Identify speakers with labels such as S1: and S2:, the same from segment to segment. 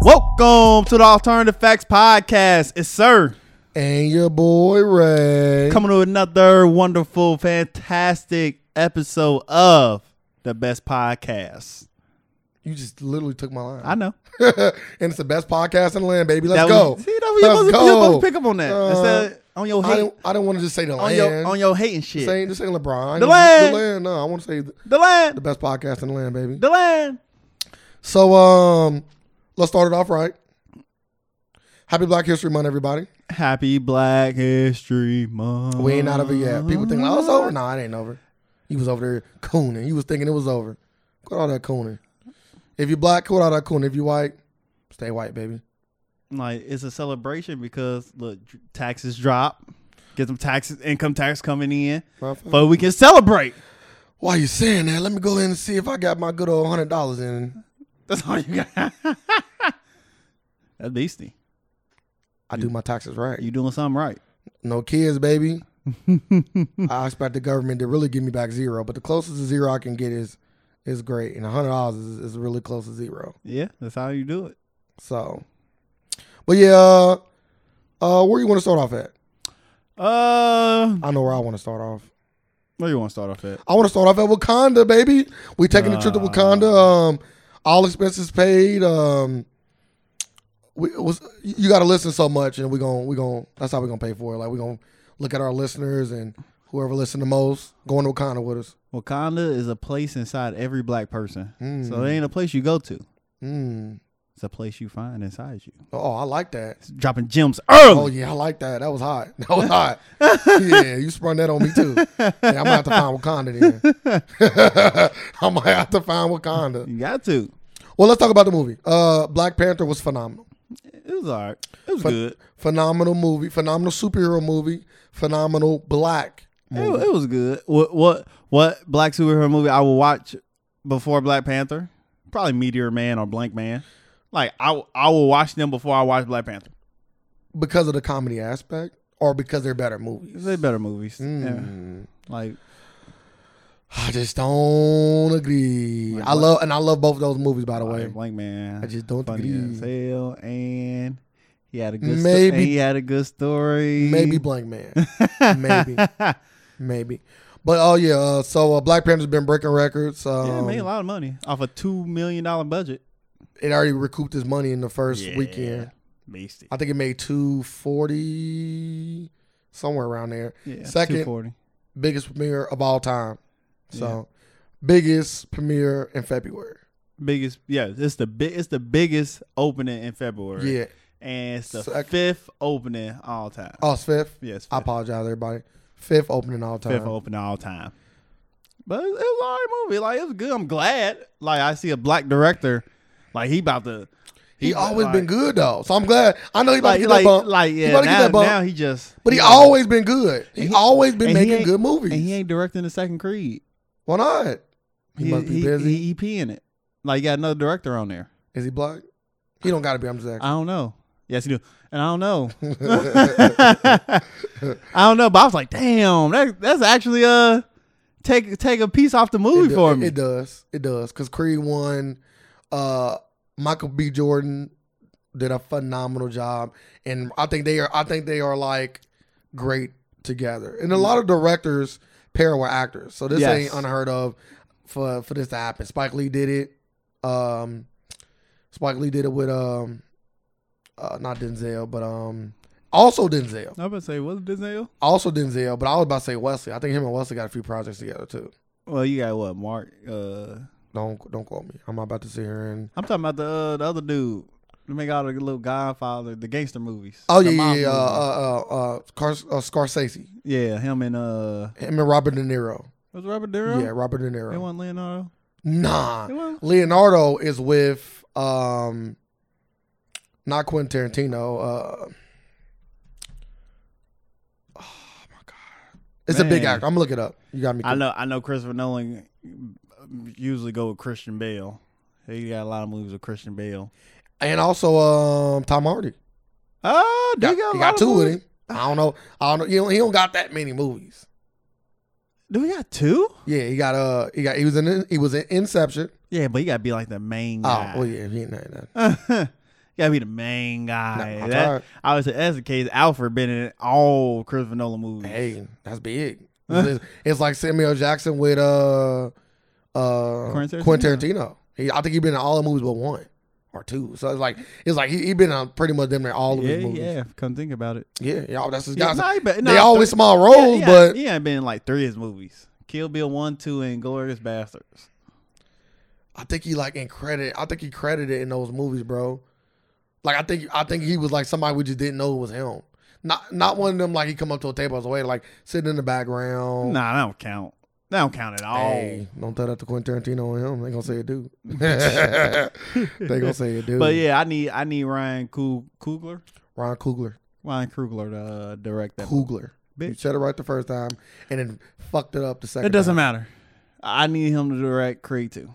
S1: Welcome to the Alternative Facts Podcast. It's Sir
S2: and your boy Ray.
S1: coming to another wonderful, fantastic episode of the best podcast.
S2: You just literally took my line.
S1: I know.
S2: and it's the best podcast in the land, baby. Let's
S1: That
S2: go.
S1: was- see, that was- you're supposed, to- you're supposed to pick up on that.
S2: Uh,
S1: Instead, on your
S2: I
S1: hate,
S2: don't, I don't want to just say the
S1: on
S2: land.
S1: your on your hating shit.
S2: this ain't, this ain't LeBron.
S1: The
S2: The
S1: land.
S2: The land. No, I want to say
S1: The
S2: the, the
S1: land,
S2: best podcast in the land, baby.
S1: the land.
S2: So, um, let's start it off right. Happy Black History Month, everybody.
S1: Happy Black History Month.
S2: We ain't out of it yet. People think, oh, it's over. No, it ain't over. He was over there cooning. He was thinking it was over. Quit all that cooning. If you black, quit all that cooning. If you white, stay white, baby.
S1: like it's a celebration because look, dr- taxes drop, get some taxes, income tax coming in,
S2: Motherfucker.
S1: but we can celebrate.
S2: Why you saying that? Let me go in and see if I got my good old hundred dollars in.
S1: That's all you got. That's beastie.
S2: I do my taxes right.
S1: You doing something right.
S2: No kids, baby. I expect the government to really give me back zero, but the closest to zero I can get is is great, and hundred dollars is, is really close to zero.
S1: Yeah, that's how you do it.
S2: So, but yeah, uh, where you want to start off at?
S1: Uh,
S2: I know where I want to start off.
S1: where you want to start off at?
S2: I want to start off at Wakanda, baby. We taking the trip to
S1: Ah.
S2: Wakanda. Um, all expenses paid. Um, we it was you got to listen so much, and we going we going that's how we gonna pay for it. Like we gonna look at our listeners and whoever listened the most going to Wakanda with us.
S1: Wakanda is a place inside every black person,
S2: Mm.
S1: so it ain't a place you go to.
S2: Mm.
S1: It's a place you find inside you.
S2: Oh, I like that.
S1: It's dropping gems early.
S2: Oh yeah, I like that. That was hot. That was hot. yeah, you sprung that on me too. Yeah, I'm gonna have to find Wakanda then. I'm gonna have to find Wakanda.
S1: You got to.
S2: Well, let's talk about the movie. Uh, Black Panther was phenomenal.
S1: It was all right. It was
S2: But-
S1: good.
S2: phenomenal movie, phenomenal superhero movie, phenomenal black
S1: It,
S2: movie.
S1: it was good. What what what black superhero movie I will watch before Black Panther? Probably Meteor Man or Blank Man. Like I w- I will watch them before I watch Black Panther.
S2: because of the comedy aspect or because they're better movies.
S1: They better movies. Yeah.
S2: Mm.
S1: Like
S2: I just don't agree.
S1: Like
S2: I
S1: what?
S2: love and I love both of those movies by the
S1: Like,
S2: way.
S1: Blank Man.
S2: I just don't
S1: funny as
S2: agree.
S1: hell, and he had a good. Maybe
S2: Maybe-
S1: and he had a good story.
S2: Maybe Blank Man. maybe. Maybe. But oh yeah, uh, so uh, Black Panther's been breaking records. Um,
S1: yeah, made a lot of money off a two million dollar budget.
S2: it already recouped his money in the first weekend.
S1: Beastie.
S2: I think it made 240 somewhere around there.
S1: Yeah,
S2: Second-
S1: 240.
S2: biggest premiere of all time. So, biggest premiere in February.
S1: biggest. Yeah, it's the big. It's the biggest opening in February.
S2: Yeah.
S1: and it's the
S2: Sec-
S1: fifth opening all time.
S2: Oh, it's fifth.
S1: yes,
S2: I
S1: fifth,
S2: apologize, everybody. Fifth opening all time.
S1: fifth opening all time. But it was, it was an alright movie. Like it was good. I'm glad. Like I see a black director. Like he about to.
S2: He always
S1: like-
S2: been good though, so I'm glad. I know he about
S1: like,
S2: to get
S1: like,
S2: that bump.
S1: like
S2: he
S1: yeah,
S2: about to get
S1: now,
S2: that bump.
S1: now he just
S2: but he
S1: yeah.
S2: always been good. He,
S1: And he-
S2: always been
S1: and he
S2: making
S1: ain't-
S2: good movies.
S1: and he ain't directing the second Creed.
S2: Why not? He,
S1: He,
S2: must be busy.
S1: He, he EPing it. Like you got another director on there.
S2: Is he black? He don't got to be. I'm just
S1: I don't know. Yes, he do. And I don't know.
S2: asking.
S1: I don't know. But I was like, damn, that, that's actually uh take take a piece off the
S2: it,
S1: movie
S2: do-
S1: for
S2: it-
S1: me.
S2: it does. It does. Because Creed one, uh, Michael B. Jordan did a phenomenal job, and I think they are. I think they are like great together. And a lot of directors pair with actors, so this
S1: Yes.
S2: ain't unheard of for for this to happen. Spike Lee did it. Um, Spike Lee did it with um, uh, not Denzel, but um. Also Denzel,
S1: I'm gonna say, was it Denzel?
S2: also Denzel, but I was about to say Wesley. I think him and Wesley got a few projects together too.
S1: Well, you got what Mark? Uh,
S2: Don't don't call me. I'm about to sit here and
S1: I'm talking about the uh, the other dude. They make all the little Godfather, the gangster movies.
S2: Oh
S1: The
S2: yeah, yeah,
S1: mob
S2: yeah. Uh,
S1: movie.
S2: uh, uh, uh, Car- uh, Scorsese.
S1: yeah. Him and uh,
S2: Him and Robert De Niro.
S1: was it Robert De Niro?
S2: Yeah, Robert De Niro.
S1: It wasn't Leonardo.
S2: nah,
S1: It wasn't.
S2: Leonardo is with um, not Quentin Tarantino. Uh, oh my god, it's a big
S1: Man.
S2: actor. I'm gonna look it up. You got me.
S1: I know, I know. Christopher Nolan mm, usually go with Christian Bale. He got a lot of movies with Christian Bale.
S2: And also, um, Tom Hardy.
S1: Oh,
S2: Got,
S1: do we got,
S2: he
S1: a lot
S2: got
S1: of
S2: two with
S1: movies?
S2: him. I don't know. I don't know. He don't, he don't got that many movies.
S1: Do we got two?
S2: Yeah, he got uh, he got he was in he was in Inception.
S1: Yeah, but you gotta be like the main
S2: Oh,
S1: guy.
S2: well, yeah, he ain't that.
S1: yeah. gotta be the main guy.
S2: Nah, I'm
S1: that,
S2: tired.
S1: I would say that's the case. Alfred been in all Christopher Nolan movies.
S2: Hey, that's big. It's, it's- it's like Samuel Jackson with uh uh
S1: Quentin
S2: Quentin Tarantino. He, I think he been in all the movies but one or two. So it's like it's like he, he been on pretty much them near all of
S1: yeah,
S2: his movies. Yeah,
S1: yeah. Come think about it.
S2: yeah, y'all. That's his
S1: Yeah,
S2: guys.
S1: nah, he been-
S2: they
S1: nah,
S2: always
S1: three-
S2: small
S1: yeah,
S2: roles,
S1: he
S2: but
S1: ain't- he ain't been in like three of his movies. Kill Bill one, two, and Glorious Bastards.
S2: I think he like in credit. I think he credited in those movies, bro. Like I think I think he was like somebody we just didn't know it was him. Not not one of them like he come up to a table as a waiter, like sitting in the background.
S1: Nah, that don't count. That don't count at all.
S2: Oh. Hey,
S1: Oh.
S2: don't tell that to Quentin Tarantino and him. They gonna say it do. they gonna say it do.
S1: But yeah, I need I need Ryan Coog- Coogler.
S2: Ron Coogler,
S1: Ryan Coogler to uh, direct that. movie.
S2: Coogler.
S1: Bitch.
S2: You said it right the first time, and then fucked it up the second.
S1: It doesn't
S2: time.
S1: matter. I need him to direct Creed too.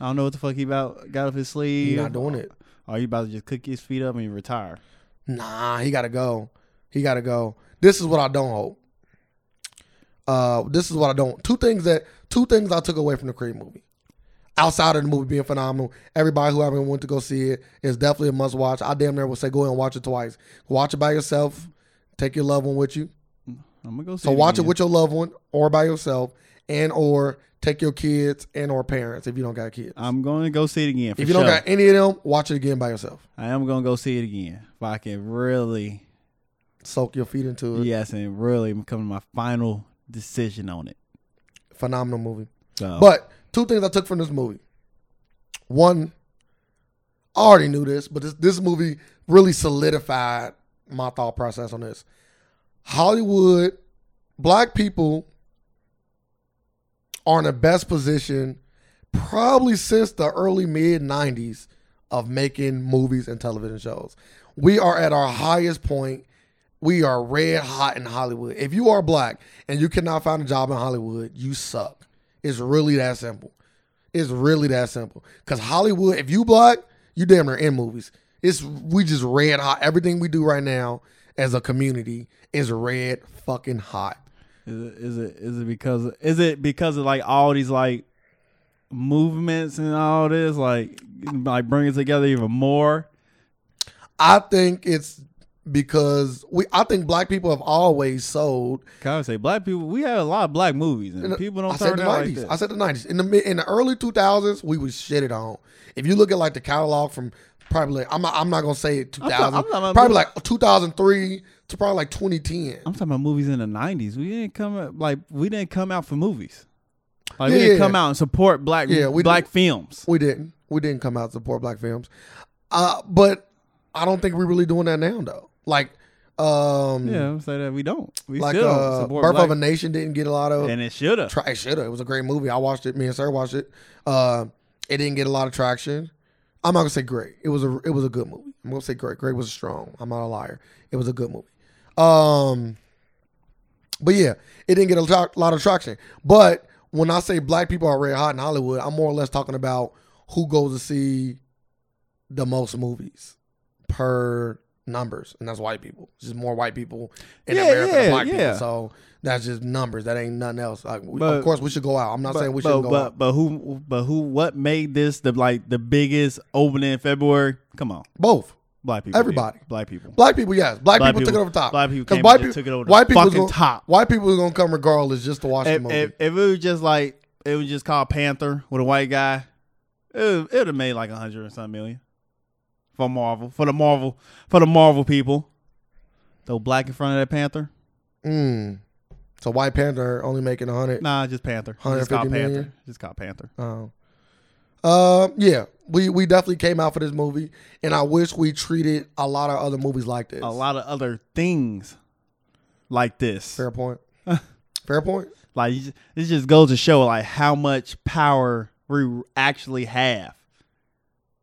S1: I don't know what the fuck he about got up his
S2: He
S1: sleeve.
S2: not doing it.
S1: Are you about to just cook his feet up and retire?
S2: Nah, he gotta go. He gotta go. This is what I don't hope. Uh, this is what I don't. Two things that two things I took away from the Creed movie. Outside of the movie being phenomenal, everybody who haven't went to go see it is definitely a must watch. I damn near would say go and watch it twice. Watch it by yourself. Take your loved one with you.
S1: I'm gonna go see.
S2: So watch it
S1: again.
S2: with your loved one or by yourself, and or take your kids and or parents if you don't got kids.
S1: I'm gonna go see it again. Uh, For
S2: if you don't
S1: sure.
S2: got any of them, watch it again by yourself.
S1: I am gonna go see it again. If I can really,
S2: Soak your feet into it.
S1: yes, and really come to my final decision on it.
S2: Phenomenal movie.
S1: So,
S2: But two things I took from this movie. One, I already knew this, but this, this movie really solidified my thought process on this. Hollywood, black people are in the best position probably since the early mid 90s of making movies and television shows. We are at our highest point. We are red hot in Hollywood. If you are black and you cannot find a job in Hollywood, you suck. It's really that simple. It's really that simple. Cause Hollywood, if you black, you damn near in movies. It's we just red hot. Everything we do right now as a community is red fucking hot.
S1: is it, is it is it because is it because of like all these like movements and all this like like bring it together even more?
S2: I think it's because we I think black people have always sold
S1: 'Cause I would say black people. We have a lot of black movies and people don't
S2: I said
S1: turn
S2: the
S1: out like
S2: nineties.
S1: that.
S2: I said the nineties. In the mid, in the early two thousands, we was shitted on. If you look at like the catalog from probably, I'm not, I'm not gonna say two
S1: I'm talking-
S2: thousand.
S1: I'm talking-
S2: Probably like two thousand three to probably like twenty ten.
S1: I'm talking about movies in the '90s. We didn't come out- like we didn't come out for movies. Like we
S2: Yeah,
S1: didn't
S2: yeah.
S1: come out and support black
S2: Yeah, we
S1: black films.
S2: We didn't. We didn't come out to support black films. Uh, but I don't think we're really doing that now though. Like, um,
S1: Yeah, I'm saying that we don't. We
S2: like
S1: still don't
S2: uh,
S1: support
S2: Birth
S1: black
S2: of a Nation didn't get a lot of
S1: and it should have.
S2: Try, it should have. It was a great movie. I watched it. Me and Sir watched it. Uh, it didn't get a lot of traction. I'm not gonna say great. It was a it was a good movie. I'm gonna say great. Great was strong. I'm not a liar. It was a good movie. Um, but yeah, it didn't get a tra- lot of traction. But when I say black people are red hot in Hollywood, I'm more or less talking about who goes to see the most movies per numbers, and that's white people. It's just more white people in
S1: Yeah,
S2: America
S1: yeah,
S2: than black
S1: yeah.
S2: people. So that's just numbers. That ain't nothing else. Like, we,
S1: But-
S2: of course, we should go out. I'm not saying we
S1: but,
S2: shouldn't go out.
S1: but, but who but who what made this the like the biggest opening in February? Come on,
S2: Both
S1: black people. did.
S2: Everybody.
S1: black people.
S2: black people, yes, black,
S1: Black
S2: people, took
S1: people-
S2: it over the top.
S1: black people came
S2: white
S1: and just
S2: people
S1: took it over the
S2: white people was
S1: fucking
S2: gonna,
S1: top.
S2: White people was gonna come regardless just to watch the
S1: If,
S2: movie.
S1: if, if it was just like it was just called Panther with a white guy, it would have made like a hundred or something million for Marvel for the Marvel for the Marvel people. Though black in front of that Panther,
S2: Mm. So White Panther only making a hundred.
S1: nah, just Panther. Just called
S2: 150
S1: Panther.
S2: million?
S1: Just called Panther.
S2: Oh. Uh, yeah, we we definitely came out for this movie, and I wish we treated a lot of other movies like this.
S1: A lot of other things like this.
S2: Fair point. Fair point.
S1: Like you just, this just goes to show like how much power we actually have,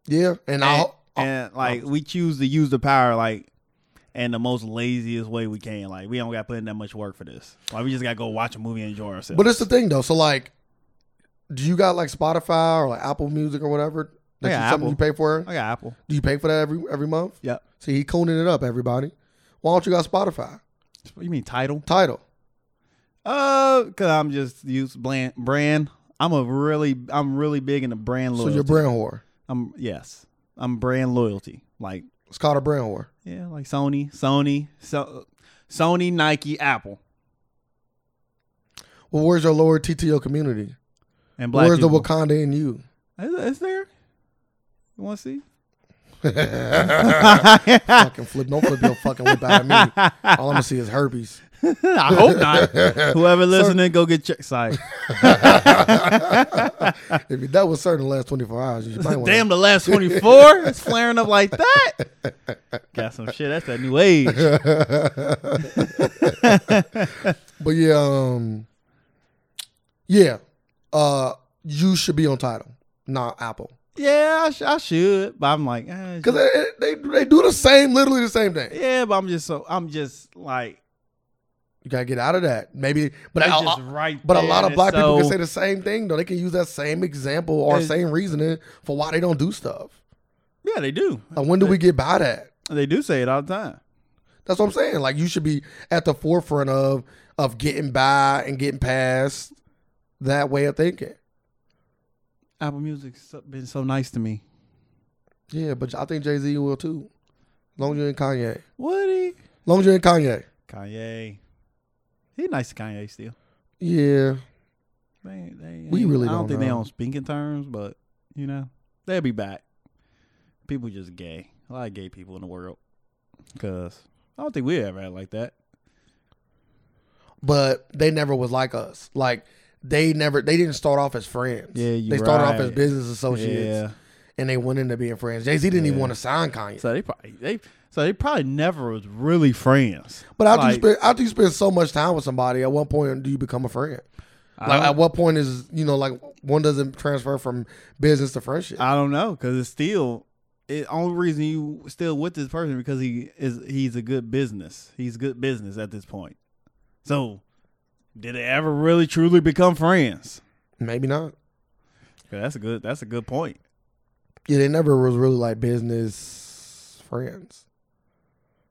S2: Yeah, and, I.
S1: and,
S2: ho- oh,
S1: and, like we choose to use the power like in the most laziest way we can. Like we don't got to put in that much work for this. Like we just got to go watch a movie and enjoy ourselves.
S2: But it's the thing though. So like, do you got like Spotify or like Apple Music or whatever?
S1: I
S2: That's
S1: got
S2: something you
S1: Apple.
S2: pay for.
S1: I got Apple.
S2: Do you pay for that every every month?
S1: Yep.
S2: See, he cooning it up, everybody. Why don't you got Spotify?
S1: You mean title?
S2: Title.
S1: Uh, cause I'm just used brand. Brand. I'm a really, I'm really big into brand
S2: So
S1: loyalty.
S2: you're brand whore.
S1: I'm yes. I'm brand loyalty. Like
S2: It's called a brand war.
S1: yeah, like Sony, Sony, so, Sony, Nike, Apple,
S2: Well, where's your lower TTO community?
S1: and black.
S2: where's
S1: people.
S2: the Wakanda in you?
S1: Is, is there? You want to see?
S2: fucking
S1: I
S2: flip! Don't flip your fucking whip out at me. All I'm gonna see is herpes.
S1: hope not. Whoever listening, go get checked. Sorry.
S2: If you that was certain the last 24 hours, you might want.
S1: Damn, the last 24 it's flaring up like that. Got some shit. That's that new age.
S2: But yeah, um, yeah, uh, you should be on title, not Apple,
S1: Yeah, I, sh- I should, but I'm like, eh,
S2: because they, they they do the same, literally the same thing.
S1: yeah, but I'm just so I'm just like,
S2: You gotta get out of that. Maybe, but
S1: it's
S2: I-
S1: just
S2: I-
S1: right.
S2: But a
S1: there,
S2: lot of
S1: and
S2: black people can
S1: so-
S2: say the same thing though. They can use that same example or
S1: It's-
S2: same reasoning for why they don't do stuff.
S1: yeah, they do.
S2: Like when do we get by that?
S1: They do say it all the time.
S2: That's what I'm saying. Like you should be at the forefront of of getting by and getting past that way of thinking.
S1: Apple Music's so- been so nice to me.
S2: Yeah, but I think Jay Z will too. As long as you're in Kanye. As
S1: Woody,
S2: long as you're in Kanye.
S1: Kanye, he nice to Kanye still.
S2: Yeah.
S1: They, they
S2: We really
S1: I don't,
S2: don't
S1: think they
S2: know.
S1: on speaking terms, but you know they'll be back. People just gay. A lot of gay people in the world. Cause I don't think we ever had like that.
S2: But they never was like us. Like they never they didn't start off as friends.
S1: Yeah, you
S2: They started off
S1: right.
S2: as business associates
S1: Yeah.
S2: and they went into being friends. Jay Z didn't even
S1: Yeah.
S2: want to sign Kanye.
S1: So they probably they so they probably never was really friends.
S2: But after
S1: Like-
S2: you spend after you spend so much time with somebody, at what point do you become a friend?
S1: I
S2: Like
S1: don't-
S2: at what point is you know like one doesn't transfer from business to friendship?
S1: I don't know because it's still it only reason you still with this person because he is he's a good business. He's good business at this point. So did they ever really truly become friends?
S2: Maybe not.
S1: 'Cause that's a good that's a good point.
S2: Yeah, they never was really like business friends.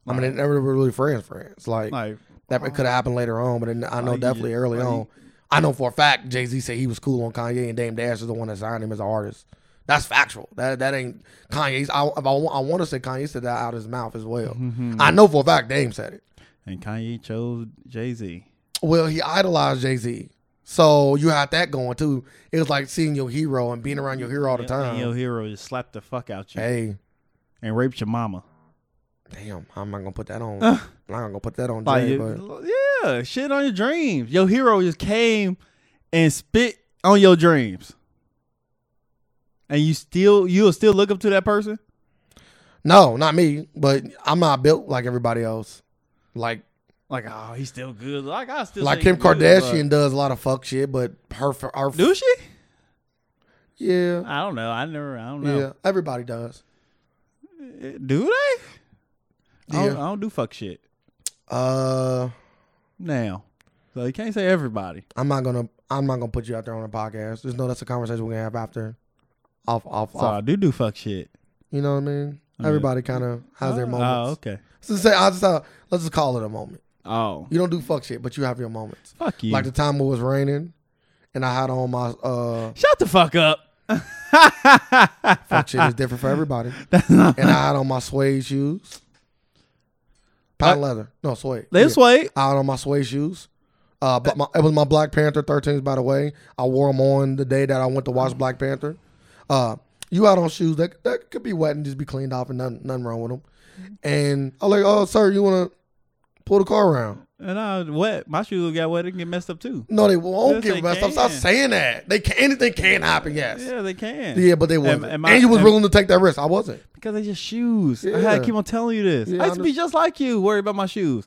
S2: I mean, they never were really friends. Friends like,
S1: Like
S2: that could have happened later on, but then I know
S1: Like,
S2: definitely
S1: you-
S2: early
S1: like,
S2: on. I know for a fact Jay Z said he was cool on Kanye, and Dame Dash is the one that signed him as an artist. That's factual. That that ain't Kanye's. I I, want to say Kanye said that out of his mouth as well.
S1: Mhm.
S2: I know for a fact Dame said it.
S1: and Kanye chose Jay Z.
S2: Well, he idolized Jay Z. So you had that going too. It was like seeing your hero and being around your hero all the time.
S1: Your hero just slapped the fuck out you
S2: Hey,
S1: and raped your mama.
S2: damn, I'm not gonna put that on. I'm not gonna put that on
S1: Like
S2: Jay. but
S1: you, yeah, shit on your dreams. Your hero just came and spit on your dreams. And you still you'll still look up to that person?
S2: no, not me. But I'm not built like everybody else. Like
S1: Like, oh, he's still good. Like I still
S2: like
S1: say
S2: Kim
S1: he good,
S2: Kardashian does a lot of fuck shit, but her f- her
S1: but-
S2: f-
S1: Do she?
S2: yeah
S1: I don't know. I never I don't
S2: yeah
S1: know. Eh,
S2: everybody does.
S1: Do they? I, don't,
S2: Yeah.
S1: I don't do fuck shit
S2: Uh,
S1: now. So you can't say everybody.
S2: I'm not gonna I'm not gonna put you out there on a podcast. Just know that's a conversation we're gonna have after. Off off
S1: So I
S2: off.
S1: do do fuck shit.
S2: You know what I mean?
S1: Yeah.
S2: Everybody kind of has their
S1: Oh,
S2: moments.
S1: Oh, okay.
S2: So say I just uh, let's just call it a moment.
S1: Oh,
S2: You don't do fuck shit, but you have your moments.
S1: fuck you.
S2: Like the time it was raining, and I had on my uh
S1: Shut the fuck up.
S2: fuck shit is different for everybody,
S1: That's not.
S2: and I had on my suede shoes, patent leather, no suede.
S1: This
S2: yeah.
S1: way.
S2: I had on my suede shoes. Uh, but my, it was my Black Panther 13s, by the way. I wore them on the day that I went to watch Black Panther. Uh, you out on shoes that that could be wet and just be cleaned off and nothing, nothing wrong with them. And I was like, oh, sir, you want to pull the car around?
S1: And I was wet. My shoes got wet and get messed up too.
S2: No, they won't
S1: Yes,
S2: get
S1: they
S2: messed up. Stop
S1: can.
S2: saying that. They can, anything can happen. Yes. Yeah,
S1: Yeah, they can.
S2: but they
S1: Am-
S2: wasn't. And,
S1: am I-
S2: you was
S1: am-
S2: willing to take that risk. I wasn't.
S1: Because they just shoes. I had to
S2: Yeah.
S1: keep on telling you this.
S2: Yeah,
S1: I
S2: I
S1: used to be just like you, worried about my shoes.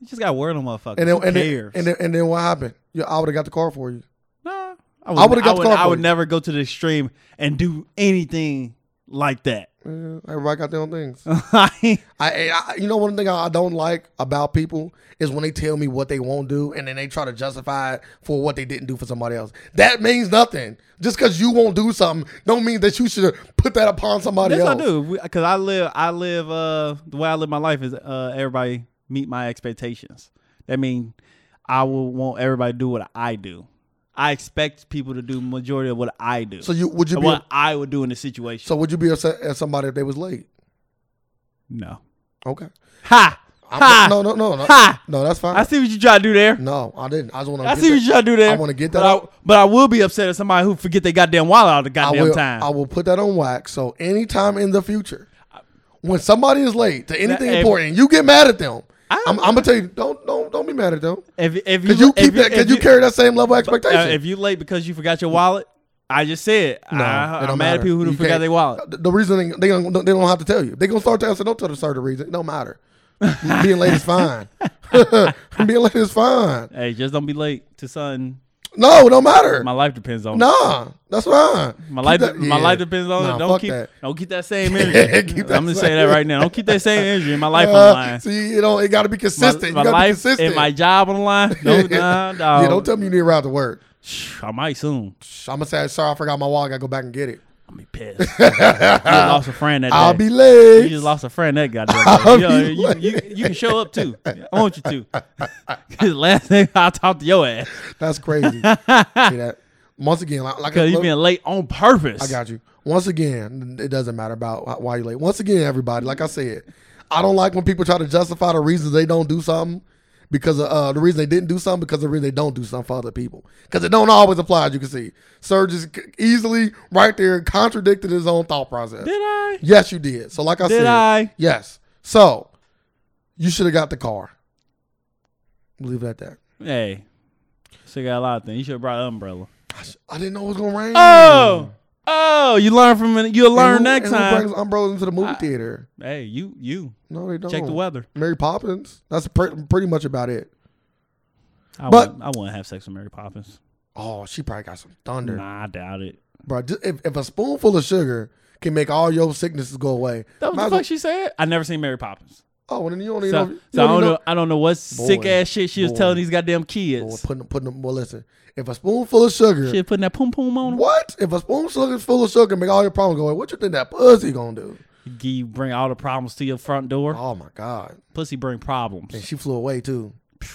S1: You just got word on motherfuckers.
S2: And
S1: And
S2: then, and, then,
S1: cares?
S2: and then and then what happened? Yeah, I would have got the car for you.
S1: nah,
S2: I would've got the
S1: would,
S2: car
S1: I
S2: for
S1: would
S2: you.
S1: never go to the extreme and do anything like that.
S2: Yeah, everybody got their own things.
S1: I
S2: I, I you know one thing I don't like about people is when they tell me what they won't do and then they try to justify it for what they didn't do for somebody else. That means nothing. Just because you won't do something don't mean that you should put that upon somebody
S1: yes, I
S2: else.
S1: do. Because I live, I live. Uh, the way I live my life is uh, everybody meet my expectations. That mean I will want everybody to do what I do. I expect people to do majority of what I do.
S2: So you would you
S1: and
S2: be
S1: what I would do in the situation.
S2: so would you be upset at somebody if they was late?
S1: no.
S2: Okay.
S1: Ha!
S2: I'm-
S1: ha!
S2: No, no, no, no.
S1: Ha!
S2: No, that's fine.
S1: I see what you try to do there.
S2: no, I didn't. I just want to.
S1: I see what you try to do there.
S2: I wanna get that
S1: But I,
S2: out.
S1: but I will be upset at somebody who forget they goddamn wallet all the
S2: I
S1: goddamn
S2: will.
S1: time.
S2: I will put that on wax. So anytime in the future, when somebody is late to anything
S1: if-
S2: important, you get mad at them.
S1: I-
S2: I'm, I'm gonna tell you, don't don't don't be mad at them.
S1: if if you,
S2: Cause you
S1: if
S2: keep that. Cause
S1: if
S2: you, carry that same level of expectation.
S1: uh, if you late because you forgot your wallet, I just said
S2: No,
S1: I,
S2: it
S1: I'm
S2: don't
S1: mad at
S2: matter.
S1: people who
S2: You
S1: forgot
S2: can't-
S1: their wallet.
S2: The, the reason they, they don't they don't have to tell you. They gonna start to answer. Don't tell the start the reason. It don't matter. Being late is fine. Being late is fine.
S1: Hey, just don't be late to something.
S2: No, it don't matter.
S1: My life depends on it.
S2: Nah, that's fine.
S1: My
S2: Keep
S1: life,
S2: that-
S1: my
S2: yeah.
S1: life depends on
S2: Nah,
S1: it. Don't
S2: fuck
S1: keep,
S2: that.
S1: don't keep that same energy.
S2: Keep that
S1: I'm just
S2: same-
S1: saying that right now. Don't keep that same energy. My life on the
S2: Uh,
S1: line.
S2: see, you know, it got to be
S1: My,
S2: consistent.
S1: my
S2: you got to be
S1: life
S2: consistent.
S1: and my job on the line. Don't, nah, dawg.
S2: yeah, don't tell me you need a ride to work.
S1: Shh, I might soon.
S2: I'm gonna say sorry, I forgot my wallet. I gotta go back and get it.
S1: I'll be pissed. you just lost a friend that
S2: I'll
S1: day.
S2: be
S1: you
S2: late.
S1: just lost a friend that goddamn
S2: I'll
S1: day. Yo,
S2: be
S1: you,
S2: like-
S1: you, you can show up too. I want you to. 'Cause last thing I talked to your ass
S2: That's crazy. See that? Once again, like, like I,
S1: because you being late on purpose.
S2: I got you. Once again, it doesn't matter about wh- why you're late. Once again, everybody, like I said, I don't like when people try to justify the reasons they don't do something because of uh, the reason they didn't do something because of the reason they don't do something for other people. Because it don't always apply, as you can see. Serge is c- easily right there contradicted his own thought process.
S1: Did I?
S2: Yes, you did. So, like I
S1: Did
S2: said,
S1: I?
S2: yes. So, you should have got the car. Leave it at that.
S1: Hey, still got a lot of things. You should have brought an umbrella.
S2: I, sh- I didn't know it was gonna rain.
S1: Oh, oh, you learn from it. You'll learn
S2: And who-
S1: next
S2: and who
S1: time.
S2: Brings umbrellas into the movie theater.
S1: hey, you, you
S2: No, they don't.
S1: check the weather.
S2: Mary Poppins. That's pre- pretty much about it.
S1: I
S2: But-
S1: wouldn't, I wouldn't have sex with Mary Poppins.
S2: Oh, she probably got some thunder,
S1: Nah, I doubt it.
S2: bro. Just, if, if a spoonful of sugar can make all your sicknesses go away,
S1: That was
S2: might
S1: the
S2: as
S1: fuck
S2: well-
S1: she said. I never seen Mary Poppins.
S2: Oh, well, then you don't even
S1: So,
S2: know. You
S1: so I
S2: even
S1: don't know. I don't know what sick
S2: Boy.
S1: ass shit she was
S2: Boy.
S1: telling these goddamn
S2: Well,
S1: kids.
S2: putting, putting them, well, listen. If a spoonful of sugar,
S1: She putting that poom poom on them.
S2: what? If a spoonful full of sugar make all your problems go away, what you think that pussy gonna do?
S1: Gee, You bring all the problems to your front door.
S2: Oh my god!
S1: Pussy bring problems.
S2: And she flew away too.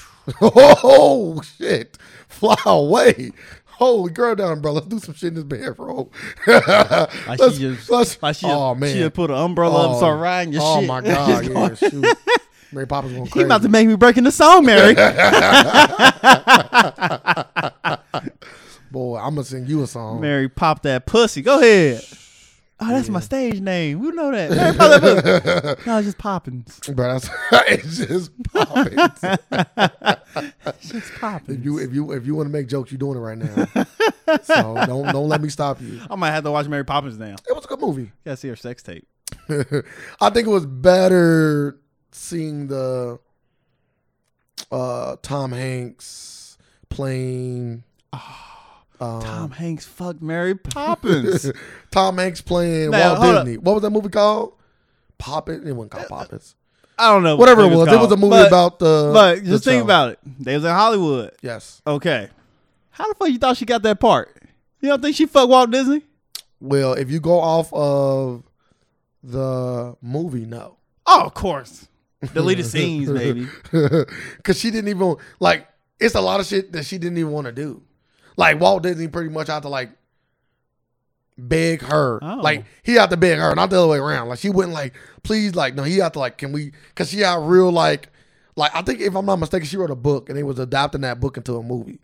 S2: oh shit! Fly away! Holy girl down, bro. Let's do some shit in this bed, bro.
S1: Like
S2: Let's-
S1: she just,
S2: let's-
S1: like she,
S2: oh
S1: just,
S2: man,
S1: she just put an umbrella up and start riding your
S2: oh
S1: shit.
S2: my
S1: Just
S2: god,
S1: going-
S2: yeah, shoot. Mary Poppins going crazy.
S1: He about to make me break into song, Mary.
S2: Boy, I'm gonna sing you a song.
S1: Mary pop that pussy. Go ahead. Oh, that's my stage name. We know that. Mary pop that pussy. No, it's just poppins.
S2: Bro, that's it's just popping.
S1: It's just
S2: if
S1: poppins.
S2: you if you if you want to make jokes, you're doing it right now. so don't don't let me stop you.
S1: I might have to watch Mary Poppins now.
S2: It was a good movie.
S1: Gotta see her sex tape.
S2: I think it was better seeing the uh Tom Hanks playing um,
S1: Ah, Tom Hanks fucked Mary Poppins.
S2: Tom Hanks playing
S1: Now, hold
S2: Walt
S1: up.
S2: Disney. What was that movie called? Poppin'. It wasn't called Poppins.
S1: I don't know. what
S2: Whatever
S1: the
S2: it
S1: fuck
S2: was.
S1: it's
S2: It was a
S1: called.
S2: movie
S1: But-
S2: about the.
S1: But
S2: the
S1: just think
S2: child.
S1: about it. They was in Hollywood.
S2: Yes.
S1: Okay. How the fuck you thought she got that part? You don't think she fucked Walt Disney?
S2: Well, if you go off of the movie, no,
S1: Oh, of course. Deleted scenes, baby.
S2: because she didn't even like. It's a lot of shit that she didn't even want to do. Like Walt Disney, pretty much had to like beg her.
S1: Oh.
S2: Like he had to beg her, not the other way around. Like she wouldn't like please. Like no, he had to like can we? Because she had real like like I think if I'm not mistaken, she wrote a book and they was adapting that book into a movie.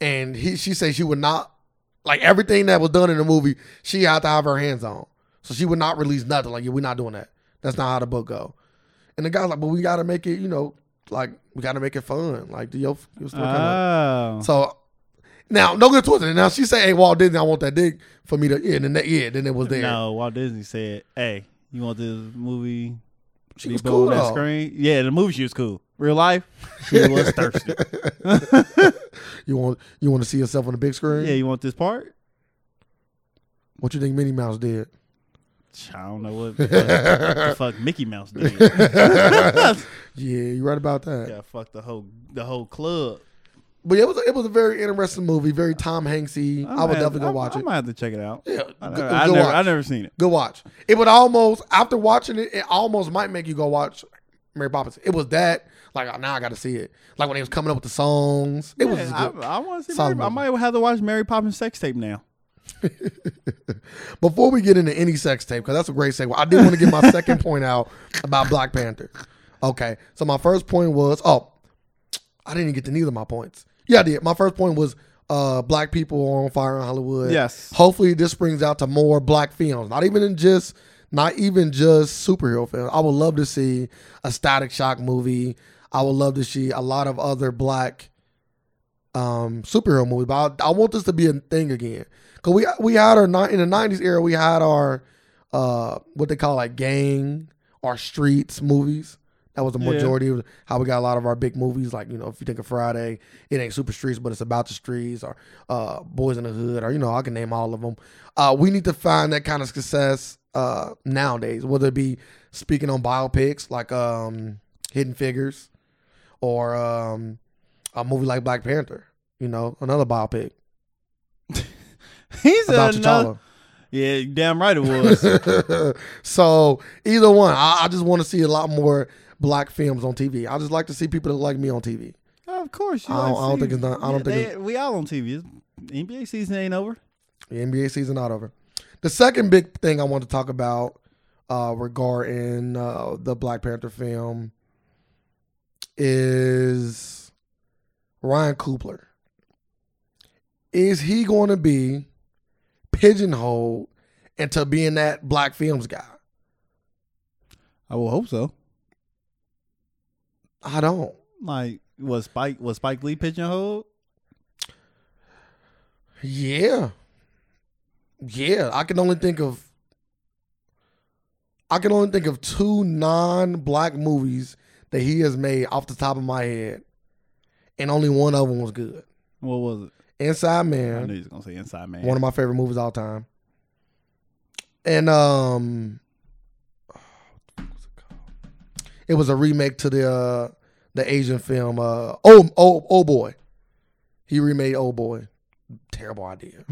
S2: And he she said she would not like everything that was done in the movie, she had to have her hands on. So she would not release nothing. Like, yeah, we're not doing that. That's not how the book go. And the guy's like, but we gotta make it, you know, like we gotta make it fun. Like do your, your story kinda-
S1: Oh.
S2: So now no good twisted. Now she say, Hey Walt Disney, I want that dick for me to yeah, and then that yeah, then it was there.
S1: No, Walt Disney said, "Hey, you want this movie?"
S2: she
S1: be
S2: was
S1: put
S2: cool
S1: on that
S2: though.
S1: screen. Yeah, the movie she was cool. Real life, she was thirsty.
S2: You want you want to see yourself on the big screen?
S1: yeah, you want this part?
S2: What you think Minnie Mouse did?
S1: I don't know what the fuck, the fuck Mickey Mouse did.
S2: Yeah, you're right about that.
S1: yeah, fuck the whole the whole club.
S2: But it was it was a very interesting movie, very Tom Hanksy. I,
S1: might
S2: would
S1: have-
S2: definitely go
S1: I-
S2: watch
S1: I
S2: it.
S1: might have to check it out.
S2: Yeah,
S1: I
S2: good,
S1: never, I
S2: go
S1: never,
S2: watch.
S1: I never seen it.
S2: Good watch. It would almost after watching it, it almost might make you go watch Mary Poppins. It was that Like now I got to see it. Like when they was coming up with the songs, it was
S1: Yeah,
S2: just
S1: I,
S2: good.
S1: I want to see.
S2: Solid
S1: Mary, I might have to watch Mary Poppins sex tape now.
S2: Before we get into any sex tape, because that's a great segue, I did want to get my second point out about Black Panther. Okay, so my first point was oh, I didn't even get to neither of my points. Yeah, I did. My first point was uh, black people are on fire in Hollywood.
S1: Yes.
S2: Hopefully, this brings out to more black films. Not even in just not even just superhero films. I would love to see a Static Shock movie. I would love to see a lot of other black um, superhero movies. But I, I want this to be a thing again. Cause we we had our ni- in the nineties era we had our uh, what they call like gang or streets movies. That was the
S1: Yeah.
S2: majority of how we got a lot of our big movies. Like you know, if you think of Friday, it ain't Super Streets, but it's about the streets or uh, Boys in the Hood or you know I can name all of them. Uh, we need to find that kind of success uh, nowadays, whether it be speaking on biopics like um, Hidden Figures or um, a movie like Black Panther. You know, another biopic
S1: He's
S2: about
S1: another.
S2: T'Challa.
S1: Yeah, you damn right it was.
S2: so either one, I, I just want to see a lot more black films on TV. I just like to see people that like me on TV.
S1: of course. You
S2: I don't-
S1: like
S2: I don't
S1: see-
S2: think it's not- I don't think
S1: they- we all on TV. It's- NBA season ain't over.
S2: The NBA season not over. The second big thing I want to talk about uh, regarding uh, the Black Panther film is Ryan Coogler. Is he going to be pigeonholed into being that black films guy?
S1: I will hope so.
S2: I don't.
S1: Like was Spike was Spike Lee pigeonholed?
S2: Yeah. Yeah, I can only think of I can only think of two non-black movies that he has made off the top of my head. And only one of them was good.
S1: What was it?
S2: Inside
S1: I knew
S2: Man,
S1: he was gonna say Inside Man.
S2: one of my favorite movies of all time. And um it was a remake to the uh the Asian film uh oh oh oh boy. He remade Old Boy. Terrible idea.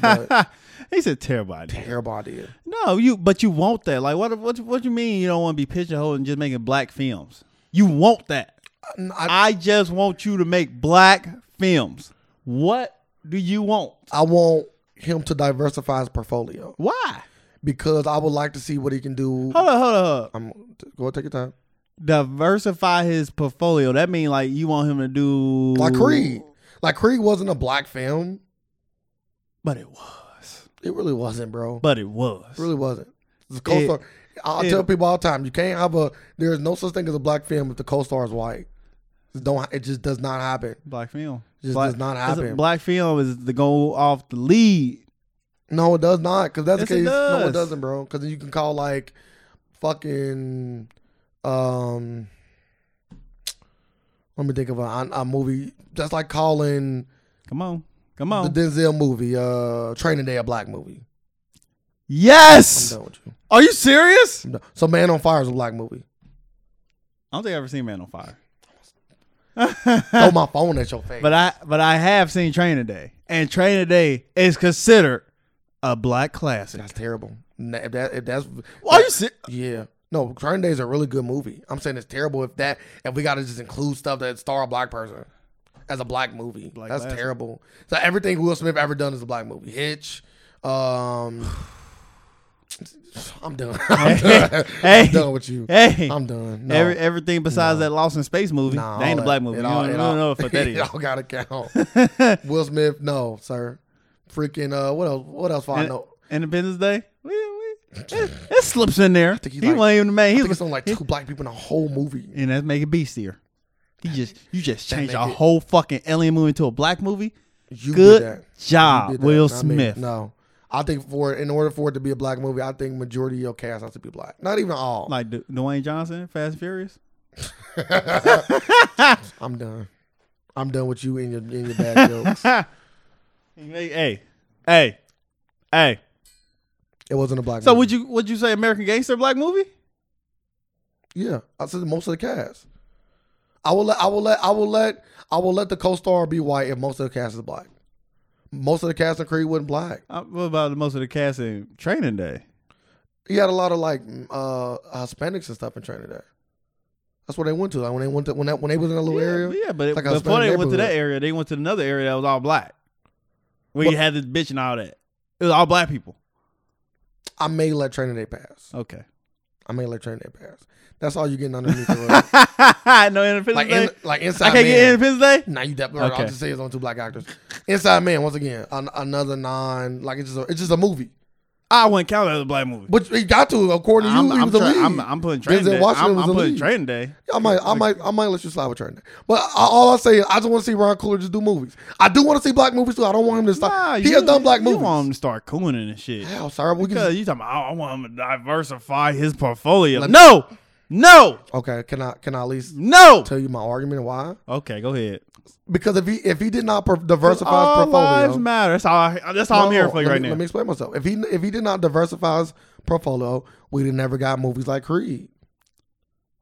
S2: but-
S1: he said terrible idea.
S2: terrible idea.
S1: No, you but you want that. Like what what what you mean you don't want to be pigeonholed and just making black films? You want that.
S2: I,
S1: I just want you to make black films. What do you want?
S2: I want him to diversify his portfolio
S1: Why?
S2: because I would like to see what he can do.
S1: Hold on, hold on, hold on.
S2: I'm go take your time.
S1: Diversify his portfolio. That mean like you want him to do
S2: Like Creed, like Creed wasn't a black film.
S1: But it was.
S2: It really wasn't, bro.
S1: But it was.
S2: It really wasn't. The co-star. I
S1: it-
S2: tell people all the time, you can't have a. There is no such thing as a black film if the co-star is white. It don't. It just does not happen.
S1: Black film.
S2: Just
S1: black,
S2: does not
S1: it's a-
S2: happen.
S1: Black film is to go off the lead.
S2: No, it does not. Because that's
S1: Yes,
S2: the
S1: it
S2: case. No, it
S1: does.
S2: doesn't, bro. Because you can call like fucking. Um, let me think of a, a movie. That's like calling
S1: Come on. Come on.
S2: the Denzel movie, uh, Training Day, a black movie. I'm
S1: yes.
S2: done with you.
S1: Are you serious?
S2: I'm done. So Man on Fire is a black movie.
S1: I don't think I've ever seen Man on Fire.
S2: Throw my phone at your face.
S1: But I but I have seen Training Day. And Training Day is considered a black classic.
S2: that's terrible. Na- If that if that's
S1: Are you serious?
S2: yeah. No, Training Day is a really good movie. I'm saying it's terrible if that if we gotta just include stuff that star a black person as a black movie.
S1: Black
S2: That's
S1: classic.
S2: terrible. So everything Will Smith ever done is a black movie. Hitch. Um I'm done. I'm done.
S1: Hey.
S2: I'm done with you.
S1: Hey.
S2: I'm done. No.
S1: Every, everything besides that Lost in Space movie.
S2: Nah,
S1: that ain't
S2: all
S1: a black movie.
S2: it
S1: You
S2: all-
S1: don't,
S2: it
S1: you
S2: all-
S1: don't know what that
S2: it
S1: is.
S2: all gotta count. Will Smith, no, sir. Freaking uh what else what else do I
S1: And-
S2: know?
S1: Independence Day. We, we, it, it slips in there.
S2: think he
S1: He,
S2: like-
S1: wasn't even the man.
S2: I
S1: He
S2: think
S1: was
S2: it's only like two black people in the whole movie.
S1: and that's make it beastier. You just you just changed
S2: make
S1: a
S2: it-
S1: whole fucking alien movie to a black movie.
S2: You
S1: Good
S2: did that.
S1: job,
S2: did that,
S1: Will
S2: not me.
S1: Smith.
S2: no, I think for in order for it to be a black movie, I think majority of your cast has to be black. Not even all.
S1: Like Du- Dwayne Johnson, Fast and Furious.
S2: I'm done. I'm done with you and your and your bad jokes.
S1: He made- hey, hey, hey.
S2: It wasn't a black.
S1: So
S2: movie.
S1: would you would you say American Gangster black movie?
S2: Yeah, I said most of the cast. I will let I will let I will let I will let the co-star be white if most of the cast is black. Most of the cast in Creed wasn't black.
S1: Uh, What about most of the cast in Training Day?
S2: He had a lot of like uh Hispanics and stuff in Trinidad. That's where they went to. Like when they went to, when that when they was in that little
S1: yeah,
S2: area.
S1: but yeah, but it,
S2: like a
S1: before
S2: Hispanic
S1: they went to that
S2: neighborhood.
S1: area, they went to another area that was all black. Where you
S2: But-
S1: had this bitch and all that. It was all black people.
S2: I may let Training Day pass.
S1: Okay.
S2: I may let Training Day pass. That's all you getting underneath the rug.
S1: no Independence
S2: like
S1: Day.
S2: in, like inside.
S1: I can't
S2: man.
S1: get Independence Day.
S2: Now you definitely.
S1: Okay.
S2: I'll just say it's on two black actors. Inside Man, once again, an, another non. Like it's just a, it's just a movie,
S1: I wouldn't count that as a black movie.
S2: but it got to according to you.
S1: I'm,
S2: he
S1: I'm,
S2: was a
S1: try-
S2: lead.
S1: I'm, I'm putting training
S2: Denzel
S1: day.
S2: Washington
S1: I'm,
S2: was
S1: I'm
S2: a
S1: putting
S2: lead.
S1: training day.
S2: I might, I might, I might let you slide with Training Day. But I, all I say is, I just want to see Ron Coolidge do movies. I do want to see black movies too. I don't want him to stop.
S1: Nah,
S2: he
S1: you-
S2: has done black
S1: you
S2: movies.
S1: want him to start cooning and shit.
S2: Hell, sorry, we can.
S1: Because you talking about, oh, I want him to diversify his portfolio.
S2: Let-
S1: no, no,
S2: Okay, can I can I at least
S1: no.
S2: tell you my argument and why?
S1: Okay, go ahead.
S2: Because if he if he did not per- diversify his
S1: All
S2: portfolio,
S1: lives matter. That's all. I, that's all I'm
S2: No,
S1: here for you
S2: let
S1: right
S2: me-
S1: now.
S2: Let me explain myself. If he if he did not diversify his portfolio, we'd have never got movies like Creed.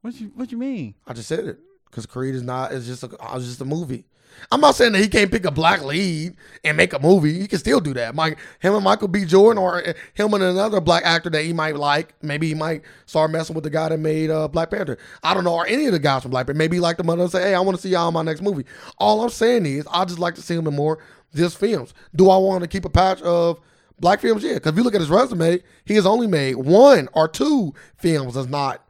S1: what you What you mean?
S2: I just said it because Creed is not. It's just a. It's just a movie. I'm not saying that he can't pick a black lead and make a movie. He can still do that. Mike, him and Michael B. Jordan, or uh, him and another black actor that he might like. Maybe he might start messing with the guy that made uh, Black Panther. I don't know, or any of the guys from Black Panther. Maybe he like the mother and say, "Hey, I want to see y'all in my next movie." All I'm saying is, I just like to see him in more just films. Do I want to keep a patch of black films? Yeah, because if you look at his resume, he has only made one or two films that's not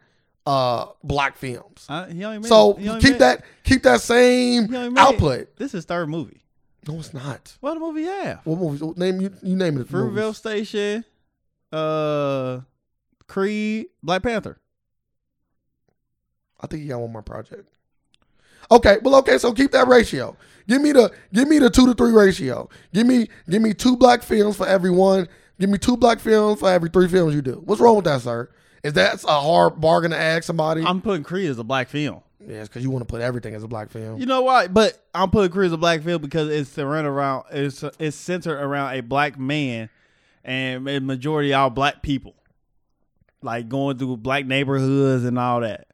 S2: uh, black films.
S1: Uh, he only made,
S2: So
S1: he only
S2: keep
S1: made-
S2: that keep that same
S1: he only made-
S2: output.
S1: This is third movie.
S2: No, it's not.
S1: What movie you have?
S2: What movies? What name you you name it?
S1: Fruitvale
S2: movies.
S1: Station, uh, Creed, Black Panther.
S2: I think he got one more project. Okay, well, okay. So keep that ratio. Give me the give me the two to three ratio. Give me give me two black films for every one. Give me two black films for every three films you do. What's wrong with that, sir? Is that a hard bargain to ask somebody?
S1: I'm putting Creed as a black film.
S2: yes, because you want to put everything as a black film.
S1: You know why? But I'm putting Chris a black film because it's centered around it's it's centered around a black man and a majority all black people. Like going through black neighborhoods and all that.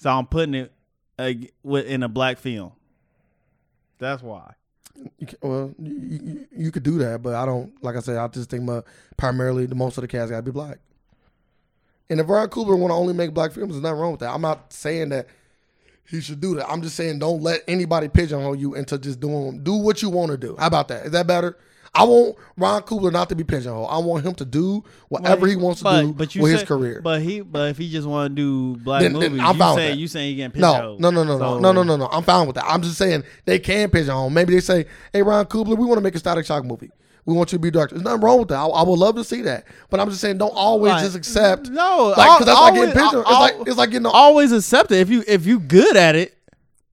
S1: So I'm putting it uh, in a black film. That's why.
S2: You ca- well, you, you, you could do that, but I don't. Like I said, I just think my primarily the most of the cast got to be black. And if Ryan Cooper want to only make black films, there's nothing wrong with that. I'm not saying that he should do that. I'm just saying don't let anybody pigeonhole you into just doing do what you want to do. How about that? Is that better? I want Ron Coogler not to be pigeonholed. I want him to do whatever he wants to
S1: But-
S2: do
S1: but you
S2: with
S1: said,
S2: his career.
S1: But he but if he just want to do black
S2: Then- then
S1: movies,
S2: I'm
S1: you
S2: fine with
S1: say
S2: that.
S1: you saying he getting
S2: No,
S1: pigeonholed.
S2: no, no, no,
S1: So-
S2: no, no, no, no, no. I'm fine with that. I'm just saying they can pigeonhole. Maybe they say, "Hey, Ron Coogler, we want to make a Static Shock movie. We want you to be director." There's nothing wrong with that. I, I would love to see that, but I'm just saying don't always
S1: Like,
S2: just accept.
S1: No,
S2: Like,
S1: al-
S2: 'cause that's like getting
S1: always-
S2: pigeonholed.
S1: al-
S2: It's like it's like getting. A,
S1: always accept it. If you if you good at it,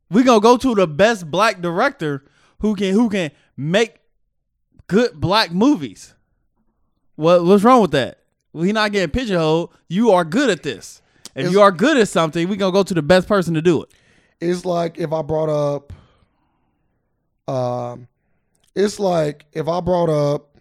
S1: we gonna go to the best black director who can who can make good black movies. What what's wrong with that? We not getting pigeonholed. You are good at this. If you
S2: It's-
S1: are good at something, we gonna go to the best person to do it.
S2: it's like if I brought up, um, it's like if I brought up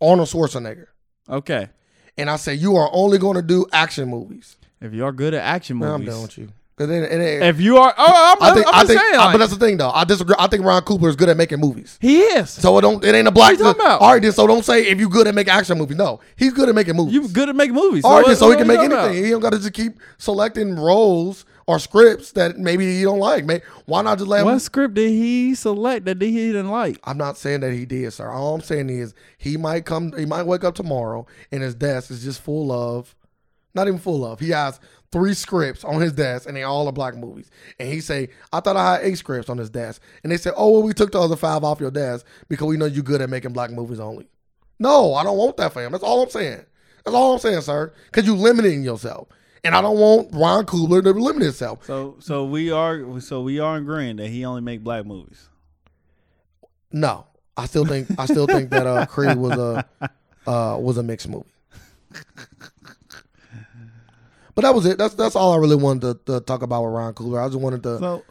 S2: Arnold Schwarzenegger,
S1: Okay.
S2: and I say you are only going to do action movies.
S1: If you are good at action
S2: Man, I'm
S1: movies,
S2: done with you. 'Cause then- and then-
S1: if you are, oh, I'm,
S2: I think,
S1: I'm
S2: I
S1: just
S2: think,
S1: saying,
S2: I-
S1: like,
S2: but that's the thing though. I disagree. I think Ron Cooper is good at making movies.
S1: he is.
S2: So it don't. It ain't a black.
S1: What you talking about?
S2: All right, then. So don't say if you good at making action movies. No, he's good at making movies.
S1: You good at making movies.
S2: all right,
S1: what-
S2: then. So he
S1: what
S2: can
S1: we
S2: make
S1: talking
S2: anything.
S1: about?
S2: He don't got to just keep selecting roles or scripts that maybe he don't like. Man, why not just let him?
S1: What script did he select that he didn't like?
S2: I'm not saying that he did, sir. All I'm saying is he might come. He might wake up tomorrow and his desk is just full of, not even full of. He has three scripts on his desk and they all are black movies. And he say, I thought I had eight scripts on his desk. And they say, Oh, well, we took the other five off your desk because we know you're good at making black movies only. No, I don't want that for him. That's all I'm saying. That's all I'm saying, sir. Because you're limiting yourself. And I don't want Ron Coogler to limit himself.
S1: So so we are so we are agreeing that he only make black movies.
S2: No, I still think I still think that uh, Creed was a uh, was a mixed movie. But that was it. That's that's all I really wanted to, to talk about with Ron Cooler. I just wanted to.
S1: So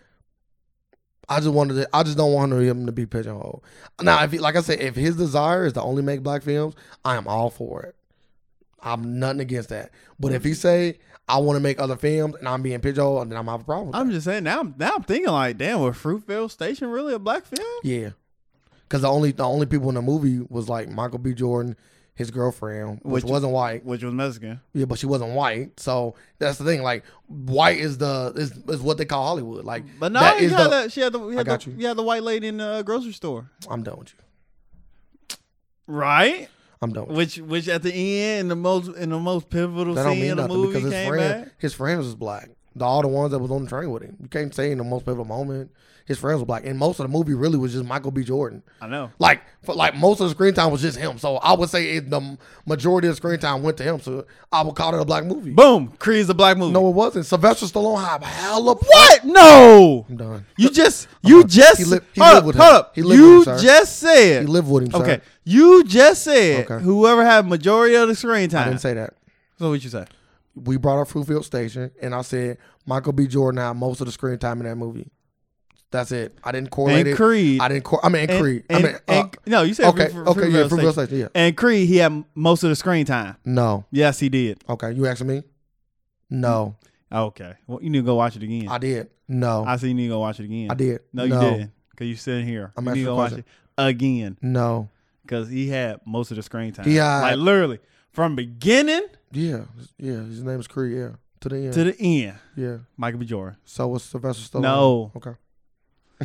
S2: I just wanted to. I just don't want him to be pigeonholed. Now, if he, like I said, if his desire is to only make black films, I am all for it. I'm nothing against that. But if he say I want to make other films and I'm being pigeonholed, then I'm have a problem. With that.
S1: I'm just saying now I'm now I'm thinking like, damn, was Fruitvale Station really a black film?
S2: Yeah, because the only the only people in the movie was like Michael B. Jordan, his girlfriend,
S1: Which-
S2: which, wasn't white.
S1: which was Mexican.
S2: Yeah, but she wasn't white. So that's the thing. Like white is the is, is what they call Hollywood. Like
S1: But no,
S2: that
S1: you
S2: is
S1: had
S2: the-
S1: that, she had the, you had
S2: got
S1: the,
S2: you.
S1: you had the white lady in the uh, grocery store,
S2: I'm done with you.
S1: right?
S2: I'm done with you.
S1: Which which at the end, the most in the most pivotal
S2: That don't
S1: scene
S2: mean
S1: in the
S2: nothing
S1: movie
S2: because his
S1: came
S2: friend
S1: back.
S2: his friends was black. The, all the ones that was on the train with him. You can't say in the most pivotal moment his friends were black. And most of the movie really was just Michael B. Jordan.
S1: I know.
S2: Like for like most of the screen time was just him. So I would say it, the majority of the screen time went to him. So I would call it a black movie.
S1: Boom, Creed's a black movie.
S2: no, it wasn't. Sylvester Stallone had hella.
S1: what? No,
S2: I'm done.
S1: you just you just
S2: Uh-huh. He li- he
S1: hold
S2: lived
S1: up,
S2: with
S1: hold
S2: him.
S1: up.
S2: He lived
S1: you
S2: with him, sir.
S1: just said
S2: He lived with him. Sir.
S1: okay. You just said
S2: Okay.
S1: whoever had majority of the screen
S2: I
S1: time.
S2: didn't say that.
S1: so what you say?
S2: we brought up Fruitville Station, and I said Michael B. Jordan had most of the screen time in that movie. That's it. I didn't correlate
S1: And
S2: it.
S1: Creed.
S2: I didn't. Cor- I mean, and
S1: And-
S2: Creed.
S1: and-
S2: I mean, uh,
S1: and- no, you said
S2: okay,
S1: Fru- Fru-
S2: okay, yeah,
S1: Fruitvale
S2: Fruitvale
S1: Station.
S2: Station, yeah.
S1: And Creed, he had m- most of the screen time.
S2: No,
S1: Yes, he did.
S2: okay, you asking me? No,
S1: Okay. Well, you need to go watch it again. Mm. I,
S2: I did. No, I,
S1: see you need to go watch it again.
S2: did.
S1: No, you didn't. Because you sitting here.
S2: I'm
S1: you
S2: asking
S1: need to
S2: a
S1: go watch
S2: question.
S1: it again.
S2: No,
S1: Because he had most of the screen time.
S2: He had-
S1: like literally from beginning
S2: yeah, yeah. His name is Creed. Yeah, to the end.
S1: to the end.
S2: yeah.
S1: Michael B. Jordan.
S2: So was Sylvester Stallone.
S1: No.
S2: Okay.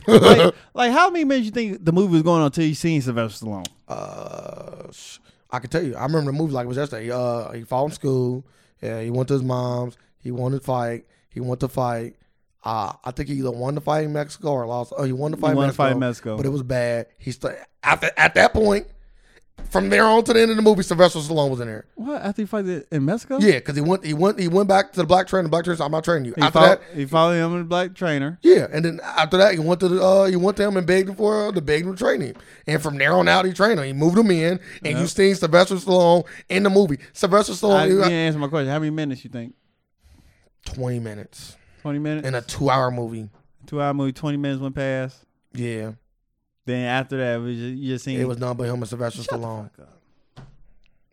S1: like, like, how many minutes you think the movie was going on until you seen Sylvester Stallone?
S2: uh, sh- I can tell you. I remember the movie like it was yesterday. Uh, he fought in school. Yeah, he went to his mom's. He wanted to fight. He went to fight. Uh, I think he either won the fight in Mexico or lost. Oh, he won the fight.
S1: He
S2: in
S1: won the
S2: Mexico,
S1: fight in Mexico.
S2: but it was bad. He st- after at that point, from there on to the end of the movie, Sylvester Stallone was in there.
S1: What? After he fought it in Mexico?
S2: Yeah, because he went, he went, he went back to the black train. The black train said, "I'm not training you."
S1: Oh. He,
S2: after
S1: fought,
S2: that,
S1: he followed him in the black trainer.
S2: yeah, and then after that, he went to the uh, he went to him and begged him for uh, to beg him to train him, and from there on out, he trained him. He moved him in, and you seen Sylvester Stallone in the movie. Sylvester
S1: I, you
S2: Stallone,
S1: didn't answer my question. How many minutes you think?
S2: twenty minutes
S1: 20 minutes?
S2: in a two-hour movie.
S1: Two hour movie, 20 minutes went past.
S2: Yeah,
S1: Then after that, we just, you just seen
S2: it was none but him and Sylvester
S1: Shut the
S2: Stallone
S1: fuck up.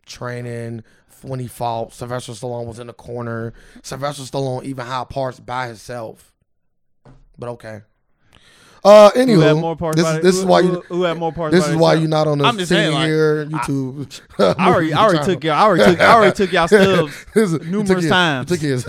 S2: training. When he fought, Sylvester Stallone was in the corner. Sylvester Stallone even had parts by himself. But okay. Uh, anywho,
S1: Who had more parts?
S2: this,
S1: by
S2: is- this
S1: who,
S2: is why
S1: who,
S2: you.
S1: who had more parts.
S2: This
S1: by
S2: is why
S1: themselves?
S2: you're not on the
S1: I'm just saying, like,
S2: senior YouTube.
S1: I already, I already took y'all. I already took. I already took y'all stubs.
S2: This is- you
S1: numerous
S2: took his-
S1: times.
S2: You took his.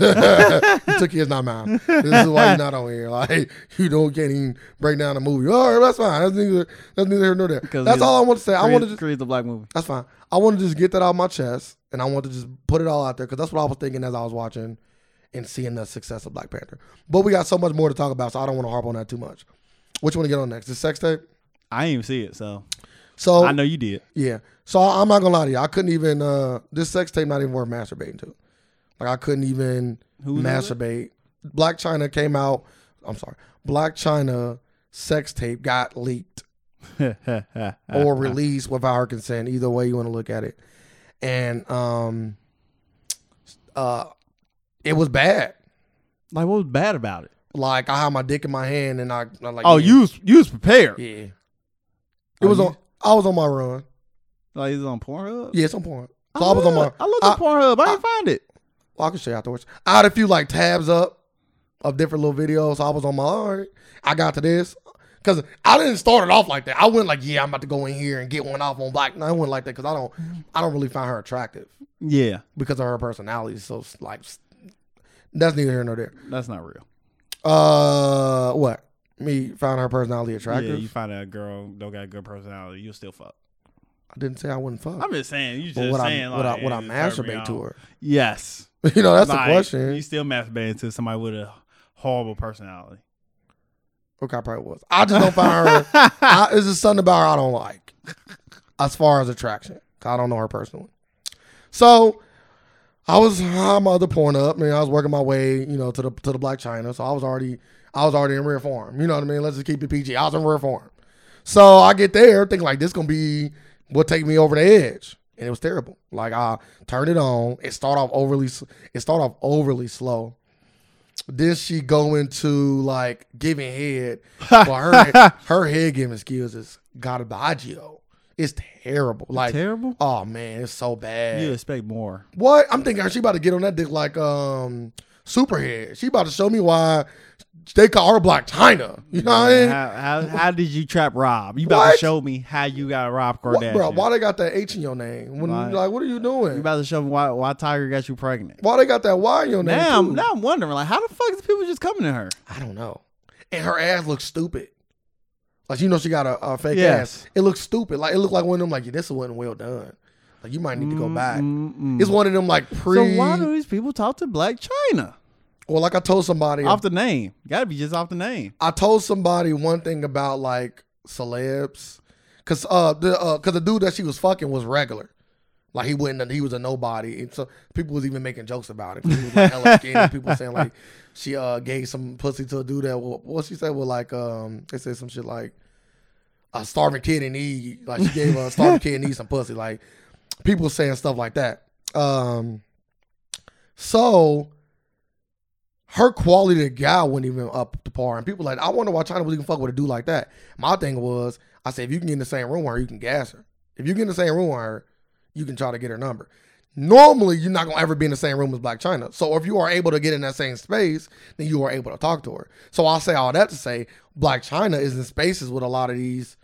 S2: you took his, not mine. This is why you're not on here. Like you don't can't even break down the movie. All right, that's fine. That's neither that's neither here nor there.
S1: 'Cause
S2: That's
S1: he's-
S2: all I want to say. I
S1: Creed-
S2: want to just
S1: Creed's a black movie.
S2: that's fine. I want to just get that out of my chest, and I want to just put it all out there because that's what I was thinking as I was watching and seeing the success of Black Panther. But we got so much more to talk about, so I don't want to harp on that too much. Which one to get on next? The sex tape.
S1: I didn't even see it, so
S2: So
S1: I know you did.
S2: yeah. So I- I'm not gonna lie to you. I couldn't even. uh This sex tape not even worth masturbating to. Like I couldn't even
S1: Who was that
S2: masturbate. Black China came out. I'm sorry. Black China sex tape got leaked
S1: Ah,
S2: or released without her consent. Either way you want to look at it, and um, uh, it was bad.
S1: like, what was bad about it?
S2: Like I had my dick in my hand and I, I like.
S1: Oh, you was, you was prepared.
S2: Yeah. It
S1: Oh,
S2: was
S1: you-
S2: on. I was on my run.
S1: Like, it's on Pornhub.
S2: Yeah, it's on point. So I was on my.
S1: Oh, I looked
S2: I-
S1: at Pornhub. I didn't find it.
S2: Well, I can show you afterwards. I had a few like tabs up of different little videos. I was on my all right. I got to this because I didn't start it off like that. I went like, yeah, I'm about to go in here and get one off on black. No, I went like that because I don't, I don't really find her attractive
S1: Yeah,
S2: because of her personality. So it's like, that's neither here nor there.
S1: that's not real.
S2: Uh, what me found her personality
S1: Yeah,
S2: attractive?
S1: you find a girl don't got a good personality, you'll still fuck.
S2: I didn't say I wouldn't fuck.
S1: I'm just saying. You just
S2: but would
S1: saying
S2: I, would
S1: like
S2: I, would I
S1: it just turned me
S2: masturbate
S1: off.
S2: to her?
S1: Yes.
S2: You know, that's
S1: Like,
S2: the question.
S1: You still masturbating to somebody with a horrible personality.
S2: Okay, I probably was. I just don't find her. I, it's just something about her I don't like, as far as attraction. 'Cause I don't know her personally. So, I was I had my other porn up, man. I was working my way, you know, to the to the Black China. So I was already I was already in rear form. You know what I mean? Let's just keep it PG. I was in rear form. So I get there, thinking like this gonna be what take me over the edge, and it was terrible. Like I turned it on. It started off overly. s- It started off overly slow. Then she go into like giving head. well, her her head giving skills is garbagio. It's terrible. Like
S1: Terrible.
S2: oh man, it's so bad.
S1: You expect more.
S2: What? I'm thinking she about to get on that dick like um Superhead. She about to show me why They call her Black China. You know what I mean?
S1: How, how, how did you trap Rob? You about to
S2: What?
S1: show me how you got Rob
S2: What,
S1: Kardashian?
S2: bro, why they got that H in your name? When
S1: Why?
S2: like, what are you
S1: you
S2: doing?
S1: about to show me why, why Tiger got you pregnant?
S2: Why they got that Y in your name?
S1: Now,
S2: too?
S1: I'm, now I'm wondering, like, how the fuck is people just coming to her?
S2: I don't know. And her ass looks stupid. Like you know, she got a, a fake
S1: Yes.
S2: ass. It looks stupid. Like it looked like one of them. Like this wasn't well done. Like you might need to go back.
S1: Mm-mm-mm.
S2: It's one of them like pre.
S1: Mm-hmm. so why do these people talk to Black China
S2: or like I told somebody,
S1: off the name? Got to be just off the name.
S2: I told somebody one thing about like celebs, cause uh the uh, cause the dude that she was fucking was regular. Like he wasn't, he was a nobody, and so people was even making jokes about it. 'cause He was like hella skinny. People saying like she uh gave some pussy to a dude that wa- what she said was like um they said some shit like a starving kid in need like she gave a starving kid in need some pussy like people saying stuff like that. Um, so her quality of guy wasn't even up to par, and people like I wonder why China was even fuck with a dude like that. My thing was I said if you can get in the same room with her, you can gas her. If you get in the same room with her, you can try to get her number. Normally, you're not gonna ever be in the same room as Black China. So if you are able to get in that same space, then you are able to talk to her. So I'll say all that to say Black China is in spaces with a lot of these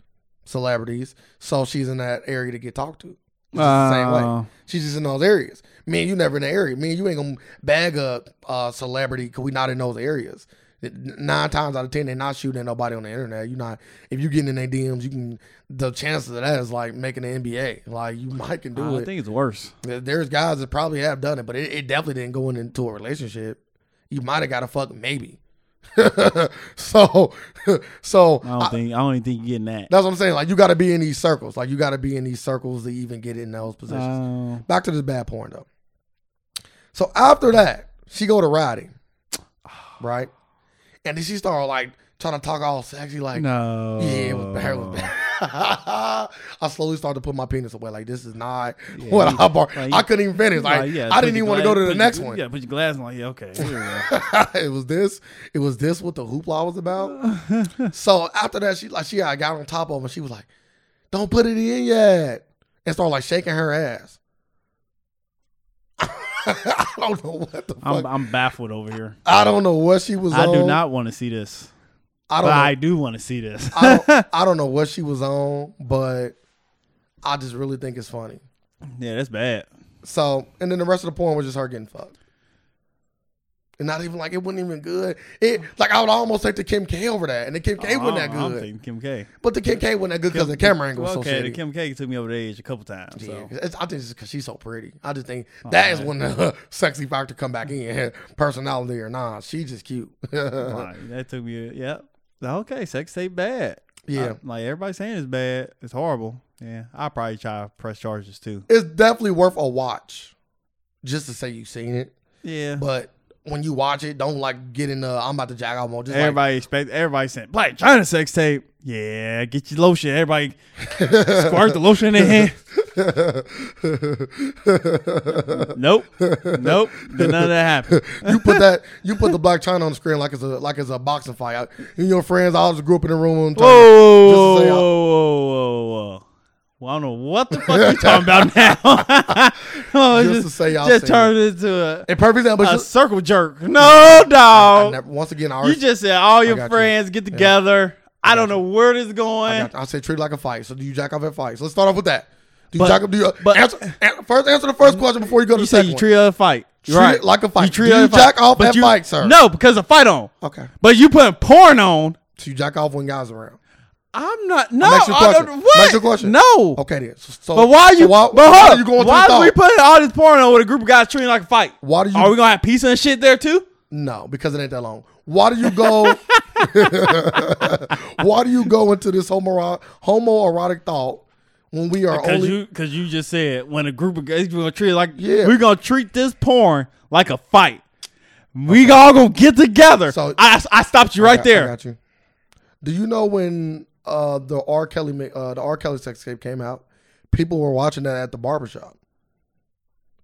S2: celebrities, so she's in that area to get talked to. It's just the same way.
S1: Uh,
S2: She's just in those areas. Me and you never in the area. Me and you ain't gonna bag a uh, celebrity because we not in those areas. Nine times out of ten, they're not shooting at nobody on the internet. You not if you getting in their DMs, you can. The chances of that is like making the NBA. Like you might can do
S1: I
S2: it.
S1: think it's worse.
S2: There- There's guys that probably have done it, but it, it definitely didn't go in- into a relationship. You might have got a fuck maybe. so, so
S1: I don't think. I don't even think you're getting that.
S2: that's what I'm saying. Like you got to be in these circles. Like you got to be in these circles to even get in those positions.
S1: Oh.
S2: Back to this bad porn though. So after that, she go to riding, right? And then she started like trying to talk all sexy, like
S1: no.
S2: yeah, it was bad. It was bad. I slowly started to put my penis away. Like this is not
S1: Yeah,
S2: what
S1: you-
S2: I bar.
S1: like,
S2: I couldn't even finish. Like
S1: Like, yeah,
S2: I
S1: put
S2: didn't
S1: your
S2: even want to
S1: glass-
S2: go to the
S1: put
S2: next
S1: your-
S2: one.
S1: Yeah, put your glass on. Like, yeah, okay. here we go.
S2: it was this. It was this what the hoopla was about. so after that, she like she I got on top of him. and She was like, "Don't put it in yet," and started like shaking her ass. I don't know what the fuck.
S1: I'm, I'm baffled over here.
S2: I don't know what she was
S1: I
S2: on.
S1: do not want to see this,
S2: I
S1: but
S2: don't.
S1: I
S2: Know,
S1: do want to see this.
S2: I, don't I don't know what she was on, but I just really think it's funny.
S1: yeah, that's bad.
S2: So, and then the rest of the porn was just her getting fucked. And not even like it wasn't even good. It like I would almost take the Kim K over that, and the Kim K wasn't that
S1: Oh, I'm
S2: good.
S1: thinking Kim K.
S2: But the Kim K wasn't that good because the camera angle was so
S1: okay, the
S2: shitty.
S1: Kim K took me over the edge a couple times.
S2: Yeah,
S1: So.
S2: 'cause it's- I think it's because she's so pretty. I just think
S1: Oh,
S2: that is when the sexy factor come back in. Personality or not, she's just cute. yeah,
S1: Like, that took me. Yeah. Okay, sex tape bad. I- like everybody's saying it's bad. It's horrible. Yeah, I'll probably try to press charges too.
S2: it's definitely worth a watch, just to say you've seen it.
S1: Yeah.
S2: But when you watch it, don't like get in the I'm about to jack off mode. Just like,
S1: everybody expect everybody saying Black China sex tape. Yeah, get your lotion. Everybody squirt the lotion in their hand. Nope. Nope. Then none of that happened.
S2: you put that you put the black china on the screen like it's a like it's a boxing fight. I, you and your friends all just grew up in the room.
S1: Whoa, whoa,
S2: Just to say- uh,
S1: whoa, whoa, whoa, whoa. Well, I don't know what the fuck you talking about now. Oh,
S2: Just to say y'all
S1: just
S2: seen it.
S1: turned it into
S2: And perfect example,
S1: a, a
S2: it's just-
S1: circle jerk. No,
S2: I
S1: dog.
S2: never, once again, I
S1: you
S2: already
S1: just said all your
S2: got you.
S1: friends get together. I, don't know where this is going.
S2: I, got- I said treat it like a fight. So do you jack off at fights? Let's start off with that. Do you
S1: But-
S2: jack off? Do you
S1: but-
S2: answer, an- first answer the first question before you go to
S1: you
S2: the
S1: said
S2: second
S1: you treat a fight. You're
S2: Treat
S1: right.
S2: it like a fight.
S1: You treat
S2: Do
S1: her
S2: you
S1: a fight.
S2: jack off
S1: But
S2: at
S1: you-
S2: fight, sir?
S1: No, because a fight on.
S2: one. Okay.
S1: But you putting porn on.
S2: So you jack off when guys around.
S1: I'm not. No.
S2: Next your
S1: I don't-
S2: question.
S1: what?
S2: Next your question.
S1: No.
S2: Okay then. So, so
S1: But why are
S2: so
S1: you?
S2: why,
S1: but
S2: why
S1: hold
S2: are you going
S1: up.
S2: to
S1: why
S2: the
S1: are we
S2: thought?
S1: putting all this porn on with a group of guys treating it like a fight?
S2: Why do you-
S1: Are we gonna have pizza and shit there too?
S2: no, because it ain't that long. Why do you go? why do you go into this homo homoerotic thought when we are
S1: Because
S2: only?
S1: you, because you just said when a group of guys we're gonna treat it like
S2: Yeah.
S1: we're gonna treat this porn like a fight. We all gonna get together.
S2: So-
S1: I, I stopped you right
S2: I- I
S1: there.
S2: got you. Do you know when uh, the R. Kelly ma- uh, the R. Kelly sex tape came out? People were watching that at the barbershop.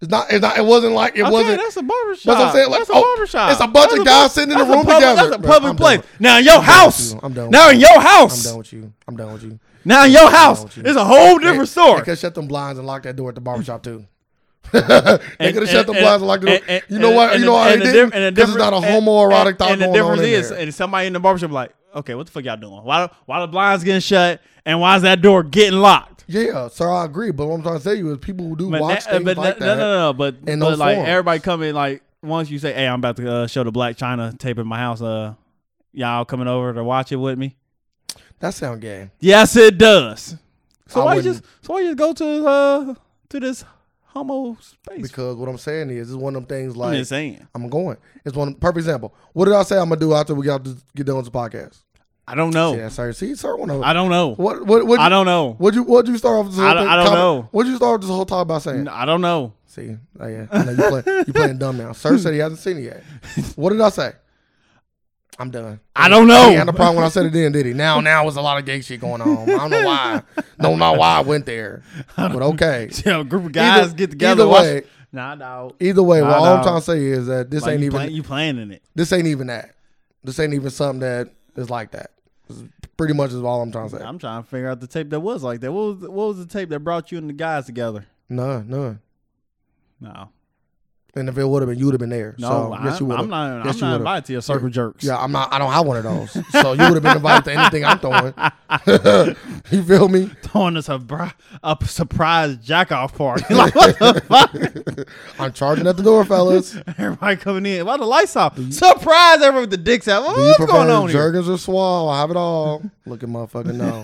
S2: It's not. It's not. It wasn't like it
S1: Okay,
S2: wasn't.
S1: that's a barbershop.
S2: That's what I'm saying, like,
S1: that's a
S2: oh,
S1: barbershop.
S2: it's a bunch
S1: That's
S2: of
S1: bar-
S2: guys sitting in a
S1: that's
S2: room
S1: public-
S2: together.
S1: That's a
S2: Bro,
S1: public
S2: I'm done
S1: place.
S2: with you.
S1: Now in your
S2: I'm done with
S1: house.
S2: you. I'm done
S1: Now
S2: with
S1: in your
S2: I'm
S1: house.
S2: done with you. I'm done with you.
S1: Now in your
S2: done
S1: house.
S2: with you.
S1: It's a whole different
S2: They
S1: story.
S2: could shut them blinds and lock that door at the barbershop too. they could have shut the blinds and locked the door.
S1: and- and-
S2: you know
S1: and-
S2: what?
S1: and
S2: You know
S1: the-
S2: why
S1: and
S2: they
S1: the
S2: didn't?
S1: diff- and the
S2: Because it's not a
S1: difference-
S2: homoerotic
S1: and-
S2: thought
S1: And the
S2: going
S1: difference
S2: on in
S1: is,
S2: there.
S1: and somebody in the barbershop like, okay, what the fuck y'all doing? Why why the blinds getting shut and why is that door getting locked?
S2: Yeah, sir, I agree. But what I'm trying to tell you is people who do
S1: But
S2: watch
S1: na-
S2: things
S1: but
S2: like
S1: no, no,
S2: that.
S1: no, no. But,
S2: in
S1: but
S2: those
S1: like
S2: forms.
S1: everybody coming, like once you say, "Hey, I'm about to uh, show the Black China tape in my house," uh, y'all coming over to watch it with me?
S2: That sound gay.
S1: Yes, it does. So
S2: I
S1: why you
S2: wouldn't.
S1: just so why you just go to uh to this homo space?
S2: Because what I'm saying is, it's one of them things
S1: I'm
S2: like
S1: just saying.
S2: I'm going. It's one perfect example. What did I say I'm gonna do after we got to get done with the podcast?
S1: I don't know.
S2: Yeah, sir. See, sir, one of
S1: Oh. I don't know.
S2: what what what
S1: I don't know.
S2: What you what you start off? This whole
S1: I don't-
S2: thing-
S1: I don't
S2: topic-
S1: know.
S2: What'd you start off this whole talk about saying?
S1: I don't know.
S2: See, oh, yeah, I know you play, you playing dumb now. Sir said he hasn't seen it yet. What did I say? I'm done.
S1: I don't know.
S2: He had a problem when I said it then, did he? Now, now was a lot of gay shit going on. I don't know why. Don't know why I went there, but okay.
S1: Yeah, a group of guys get together.
S2: either
S1: watch-
S2: way-
S1: nah, dog.
S2: Either way,
S1: Nah,
S2: what all
S1: nah.
S2: I'm trying to say is that this
S1: Like,
S2: ain't
S1: you,
S2: even
S1: plan- you planning it?
S2: this ain't even that. This ain't even something that is like that. This is pretty much is all I'm trying to say.
S1: I'm trying to figure out the tape that was like that. What was what was the tape that brought you and the guys together?
S2: None, none.
S1: No,
S2: And if it would have been, you would have been there.
S1: no,
S2: so,
S1: I,
S2: yes, you would
S1: I'm
S2: have.
S1: not. I'm
S2: Yes, you
S1: not
S2: would've.
S1: invited to your circle jerks.
S2: Yeah, I'm not. I don't have one of those. So you would have been invited to anything I'm throwing. you feel me?
S1: throwing us a, bri- a surprise jack off party. like what the fuck?
S2: I'm charging at the door, fellas. Do
S1: Everybody coming in. Why the lights off? Surprise! Everyone with the dicks out.
S2: you
S1: What's going on here?
S2: Jergens or Swall? I have it all. Look at motherfucking no.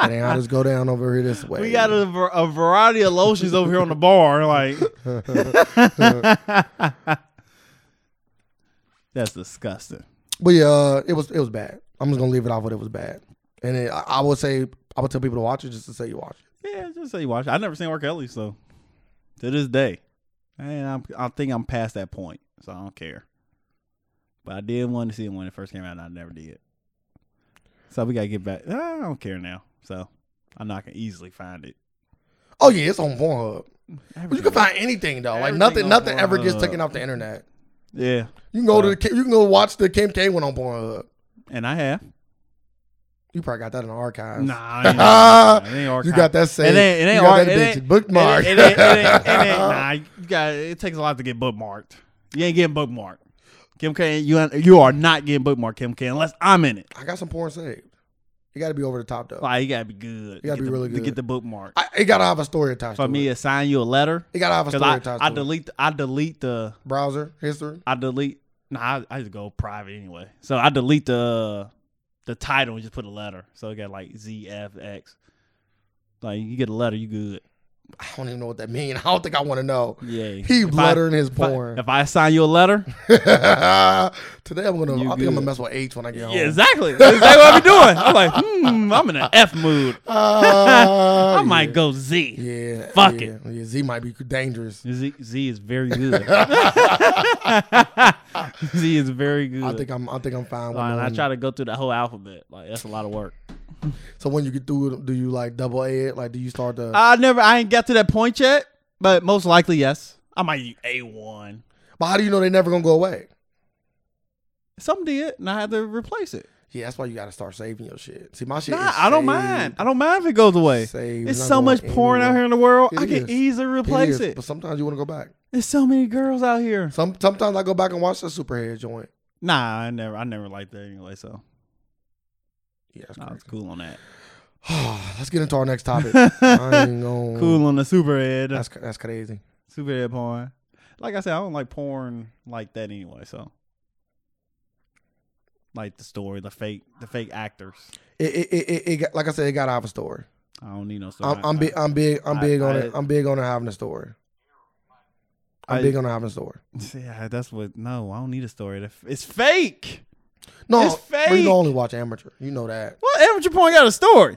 S2: and then I just go down over here this way.
S1: We got a, ver- a variety of lotions over here on the bar. Like that's disgusting.
S2: But yeah, uh, it was it was bad. I'm just gonna leave it off. What it was bad. And it, I, I would say I would tell people to watch it just to say you watch it.
S1: Yeah, just say you watch. it. I never seen R. Kelly, so to this day, and I'm, I think I'm past that point, so I don't care. But I did want to see him when it first came out, and I never did. So we gotta get back. I don't care now, so I'm not gonna easily find it.
S2: Oh yeah, it's on Pornhub. But you
S1: Everything-
S2: can find anything though. Like
S1: Everything
S2: nothing,
S1: on
S2: nothing ever gets
S1: Pornhub.
S2: taken off the internet.
S1: yeah,
S2: You can go to the, Kim- you can go watch the Kim K one on Pornhub.
S1: and I have.
S2: You probably got that in the archives.
S1: Nah, it ain't- nah, it ain't
S2: You
S1: archive.
S2: got that
S1: It
S2: saved.
S1: ain't. It ain't.
S2: you got
S1: ar-
S2: that
S1: it
S2: bitch
S1: ain't-
S2: bookmarked.
S1: It ain't, it ain't, it ain't, it ain't- nah, you got. It takes a lot to get bookmarked. You ain't getting bookmarked. Kim K, you you are not getting bookmarked, Kim K, unless I'm in it.
S2: I got some porn saved. It got to be over the top though.
S1: Like you gotta be good. to
S2: gotta
S1: get
S2: be
S1: the,
S2: really
S1: to get
S2: good.
S1: the bookmark.
S2: I, it got to have a story attached
S1: For
S2: to
S1: me,
S2: it.
S1: to sign you a letter
S2: It got to have a
S1: because
S2: story
S1: I,
S2: attached
S1: I
S2: to it.
S1: delete I delete the
S2: Browser history.
S1: I delete. Nah, I, I just go private anyway. So I delete the the title and just put a letter. So it got like ZFX. Like you get a letter, you good.
S2: I don't even know what that means. I don't think I want to know.
S1: Yay.
S2: He
S1: If I-
S2: lettering his
S1: if I-
S2: porn.
S1: If I sign you a letter,
S2: Today I'm gonna. I
S1: You
S2: think I'm
S1: good.
S2: gonna mess with H when I get home.
S1: yeah, exactly. That's exactly what I be doing. I'm like, hmm, I'm in an F mood.
S2: Uh,
S1: I might
S2: yeah.
S1: go Z.
S2: Yeah.
S1: Fuck
S2: yeah.
S1: it.
S2: Yeah, Z might be dangerous.
S1: Z, Z is very good. Z is very good.
S2: I think I'm. I think I'm fine with
S1: Like, and I
S2: knowing-
S1: try to go through the whole alphabet. Like that's a lot of work.
S2: So when you get through, it, do you like double A it? Like, do you start to?
S1: I never, I ain't got to that point yet, but most likely yes. I might use a one.
S2: but how do you know they're never gonna go away?
S1: Some did, and I had to replace it.
S2: Yeah, that's why you gotta start saving your shit. See, my shit.
S1: Nah,
S2: is
S1: I don't
S2: saved.
S1: mind. I don't mind if it goes away.
S2: Saved.
S1: It's
S2: not
S1: so
S2: going
S1: much porn out
S2: anywhere.
S1: here in the world.
S2: It
S1: I can
S2: is.
S1: easily
S2: It
S1: replace
S2: is,
S1: it.
S2: But sometimes you want to go back.
S1: There's so many girls out here.
S2: Some sometimes I go back and watch the superhead joint.
S1: Nah, I never, I never liked that anyway. So
S2: Yeah, that's
S1: I was
S2: crazy.
S1: cool on that.
S2: Let's get into our next topic. I ain't gonna,
S1: Cool on the superhead.
S2: That's that's crazy.
S1: Superhead porn. Like I said, I don't like porn like that anyway, so like the story, the fake the fake actors.
S2: It it, it, it, it got- like I said, it got to have a story.
S1: I don't need no story.
S2: I'm, I'm big. I'm big. I'm
S1: I-
S2: big on
S1: I-
S2: it. I'm big on it having a story. I'm
S1: I-
S2: big on it having a story.
S1: Yeah, that's what no, I don't need a story. The- It's fake.
S2: No,
S1: It's
S2: but you
S1: fake.
S2: can only watch amateur. You know that.
S1: What amateur porn got a story?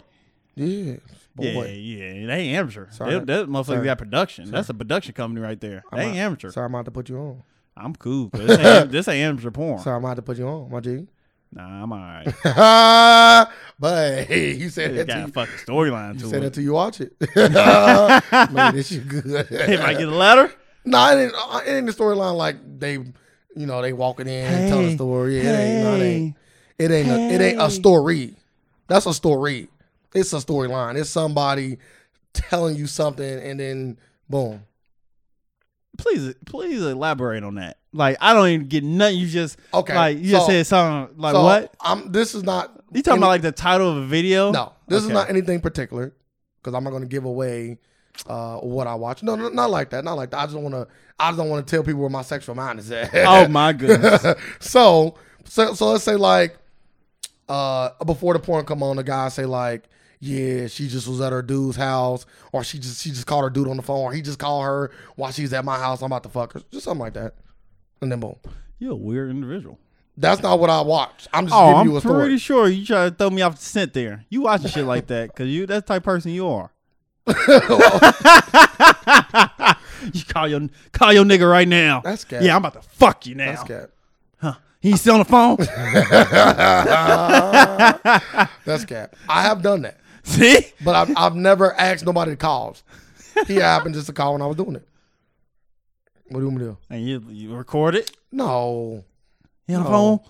S2: Yeah, boy.
S1: Yeah, yeah, they ain't amateur.
S2: Sorry.
S1: They, that motherfucker
S2: Sorry.
S1: got production. That's a production company right there.
S2: I'm
S1: they
S2: not-
S1: ain't amateur.
S2: Sorry, I'm about to put you on.
S1: I'm cool. But this, ain't, this ain't amateur porn.
S2: Sorry, I'm about to put you on, my G.
S1: Nah, I'm all right.
S2: but hey, you said
S1: It's
S2: that
S1: got a
S2: to
S1: fucking storyline
S2: you.
S1: to
S2: You said that
S1: it.
S2: till you watch it. Man, this shit good.
S1: Hey, might get a letter.
S2: No, it ain't, uh, it ain't the storyline like they, you know, they walking in and telling a
S1: Hey.
S2: story. Yeah, it ain't, no, it ain't, it ain't, a, it ain't a
S1: Hey.
S2: story. That's a story. It's a storyline. It's somebody telling you something and then boom.
S1: please, please elaborate on that. Like, I don't even get nothing. You just
S2: Okay,
S1: like you just
S2: so-
S1: said something like
S2: so
S1: what?
S2: I'm. This is not.
S1: You talking
S2: any-
S1: about like the title of a video?
S2: No, this
S1: Okay.
S2: is not anything particular because I'm not going to give away uh, what I watch. No, no, not like that. Not like that. I just want to. I just don't want to tell people where my sexual mind is at.
S1: Oh my goodness.
S2: so, so, so let's say like, uh, before the porn come on, the guy say like, yeah, she just was at her dude's house, or she just she just called her dude on the phone, or he just called her while she's at my house. I'm about to fuck her, just something like that. And then boom.
S1: You're a weird individual.
S2: That's not what I watch. I'm just
S1: Oh,
S2: giving
S1: I'm
S2: you a story.
S1: pretty sure you try to throw me off the scent there. You watching shit like that because you that's the type of person you are. you call your call your nigga right now.
S2: That's cat.
S1: Yeah, I'm about to fuck you now.
S2: That's cat.
S1: Huh. He still on the phone.
S2: That's cap. I have done that,
S1: See?
S2: but I've, I've never asked nobody to call. He happened just to call when I was doing it. What do you want me to do?
S1: And you you record it.
S2: No.
S1: He on the phone.
S2: No.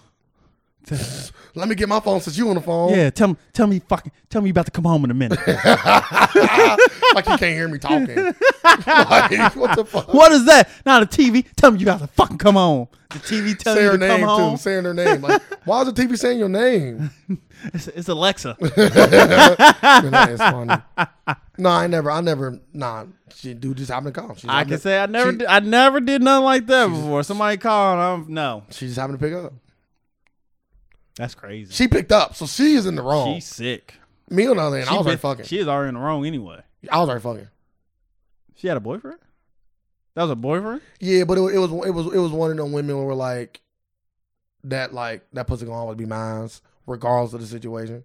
S2: Let me get my phone since you on the phone.
S1: Yeah, tell me tell me fucking tell me you about to come home in a minute.
S2: like you can't hear me talking. like, what the fuck?
S1: what is that? Not a TV. Tell me you about to fucking come home. The TV tells
S2: Say
S1: you
S2: her
S1: to come
S2: name
S1: home.
S2: too. Saying her name. Like, why is the TV saying your name?
S1: It's, it's Alexa.
S2: Man, that is funny. No, I never. I never. Nah, she dude just happened to call. She just
S1: I
S2: happened
S1: can
S2: to-
S1: say I never
S2: she-
S1: did, I never did nothing like that before. Somebody called. I'm no.
S2: She just happened to pick up.
S1: That's crazy.
S2: She picked up, so she is in the wrong.
S1: She's sick.
S2: me on the other hand, I was already fucking.
S1: She is already in the wrong anyway.
S2: I was already fucking.
S1: She had a boyfriend. That was a boyfriend.
S2: Yeah, but it, wa- it was it was it was one of them women where like that like that pussy gonna always be mine, regardless of the situation.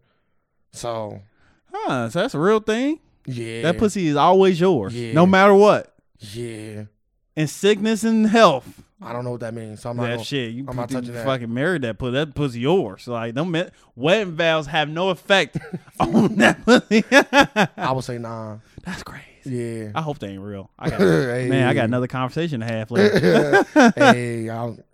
S2: So
S1: Huh? So that's a real thing.
S2: yeah,
S1: That pussy is always yours,
S2: Yeah.
S1: no matter what.
S2: Yeah,
S1: In sickness and health,
S2: I don't know what that means. So I'm not.
S1: that
S2: Gonna,
S1: shit you,
S2: I'm not
S1: put- you
S2: touching that.
S1: fucking married that pussy. That pussy yours. Like no ma- wedding vows have no effect on that pussy.
S2: I would say nah.
S1: that's crazy.
S2: Yeah.
S1: I hope they ain't real. I got,
S2: hey.
S1: man, I got another conversation to have later.
S2: hey, I, don't-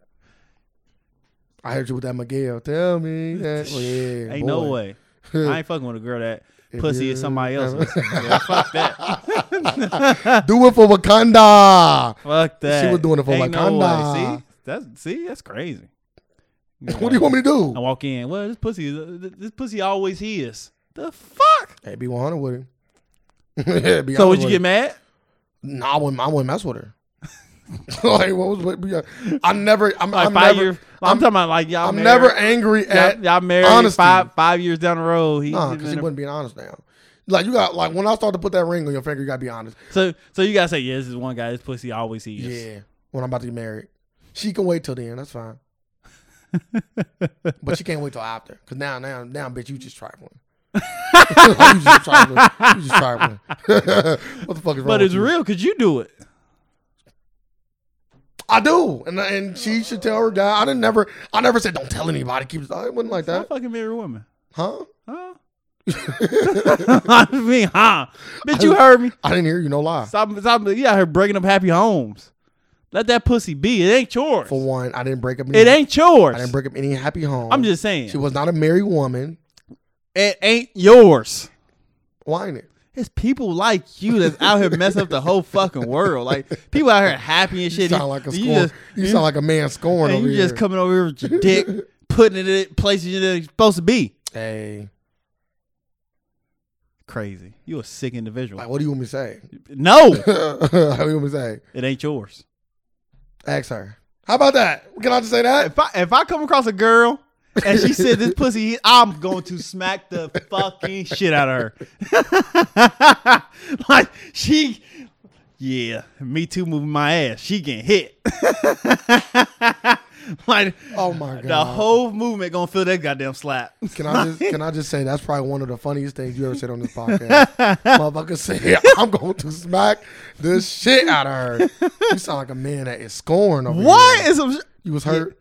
S2: I heard you with that Miguel. Tell me that. Well, yeah,
S1: Ain't
S2: boy.
S1: no way. I ain't fucking with a girl that
S2: If
S1: pussy
S2: you-
S1: is somebody else's. Yeah, fuck that.
S2: Do it for Wakanda.
S1: Fuck that.
S2: was doing it for
S1: Ain't
S2: like,
S1: no way.
S2: "Kinda."
S1: See, that's see, that's crazy.
S2: What do you want me to
S1: I
S2: do?
S1: walk in. Well, this pussy, is- this pussy always his. The fuck.
S2: Hey, be 100 with him. yeah, be
S1: So
S2: honest
S1: would you
S2: with
S1: get
S2: him.
S1: mad?
S2: No, I wouldn't. I wouldn't mess with her. like what was? What, yeah. I never. I'm,
S1: Like
S2: I'm
S1: five
S2: never.
S1: years. I'm,
S2: I'm-
S1: talking about like y'all.
S2: I'm
S1: married,
S2: never angry at.
S1: Y'all, y'all married
S2: honesty.
S1: five five years down the road. He,
S2: Nah,
S1: he's
S2: because
S1: in
S2: he
S1: a-
S2: wouldn't be honest now. Like you got like when I start to put that ring on your finger, you gotta be honest.
S1: so so you gotta say yeah. This is one guy. This pussy always his.
S2: Yeah, when I'm about to get married, she can wait till then. That's fine. but she can't wait till after, cause now, now, now, bitch, you just trifling. you just trifling. You just trifling. what the fuck is wrong?
S1: But
S2: with
S1: it's
S2: you?
S1: real. Could you do it?
S2: I do, and and she should tell her guy. I didn't never. I never said don't tell anybody. Keep. I wasn't like
S1: I
S2: that,
S1: fucking married a woman.
S2: huh?
S1: Huh? I mean, huh? Bitch, you heard me.
S2: I didn't hear you. No lie.
S1: Stop, stop. You out here breaking up happy homes. Let that pussy be. It ain't yours.
S2: For one, I didn't break up. Any,
S1: It ain't yours.
S2: I didn't break up any happy home.
S1: I'm just saying.
S2: She was not a married woman.
S1: it ain't yours.
S2: Whining. it?
S1: It's people like you that's out here messing up the whole fucking world. Like people out here happy and
S2: You
S1: shit.
S2: sound like a
S1: You
S2: scorn.
S1: just-
S2: You sound like a man scorn
S1: and
S2: over
S1: you just
S2: here.
S1: coming over here with your dick, putting it in places you didn't supposed to be.
S2: hey,
S1: Crazy. You a sick individual.
S2: like, what do you want me to say?
S1: no,
S2: what do you want me to say?
S1: it ain't yours.
S2: Ask her. How about that? Can I just say that?
S1: If I if I come across a girl and she said this pussy, I'm going to smack the fucking shit out of her. like she, yeah, me too. Moving my ass, she getting hit. like
S2: Oh my god.
S1: the whole movement gonna feel that goddamn slap.
S2: Can I just can I just say that's probably one of the funniest things you ever said on this podcast? Motherfucker said, I'm going to smack the shit out of her. You sound like a man that is scorn over
S1: What
S2: here.
S1: is some? sh-
S2: You was hurt.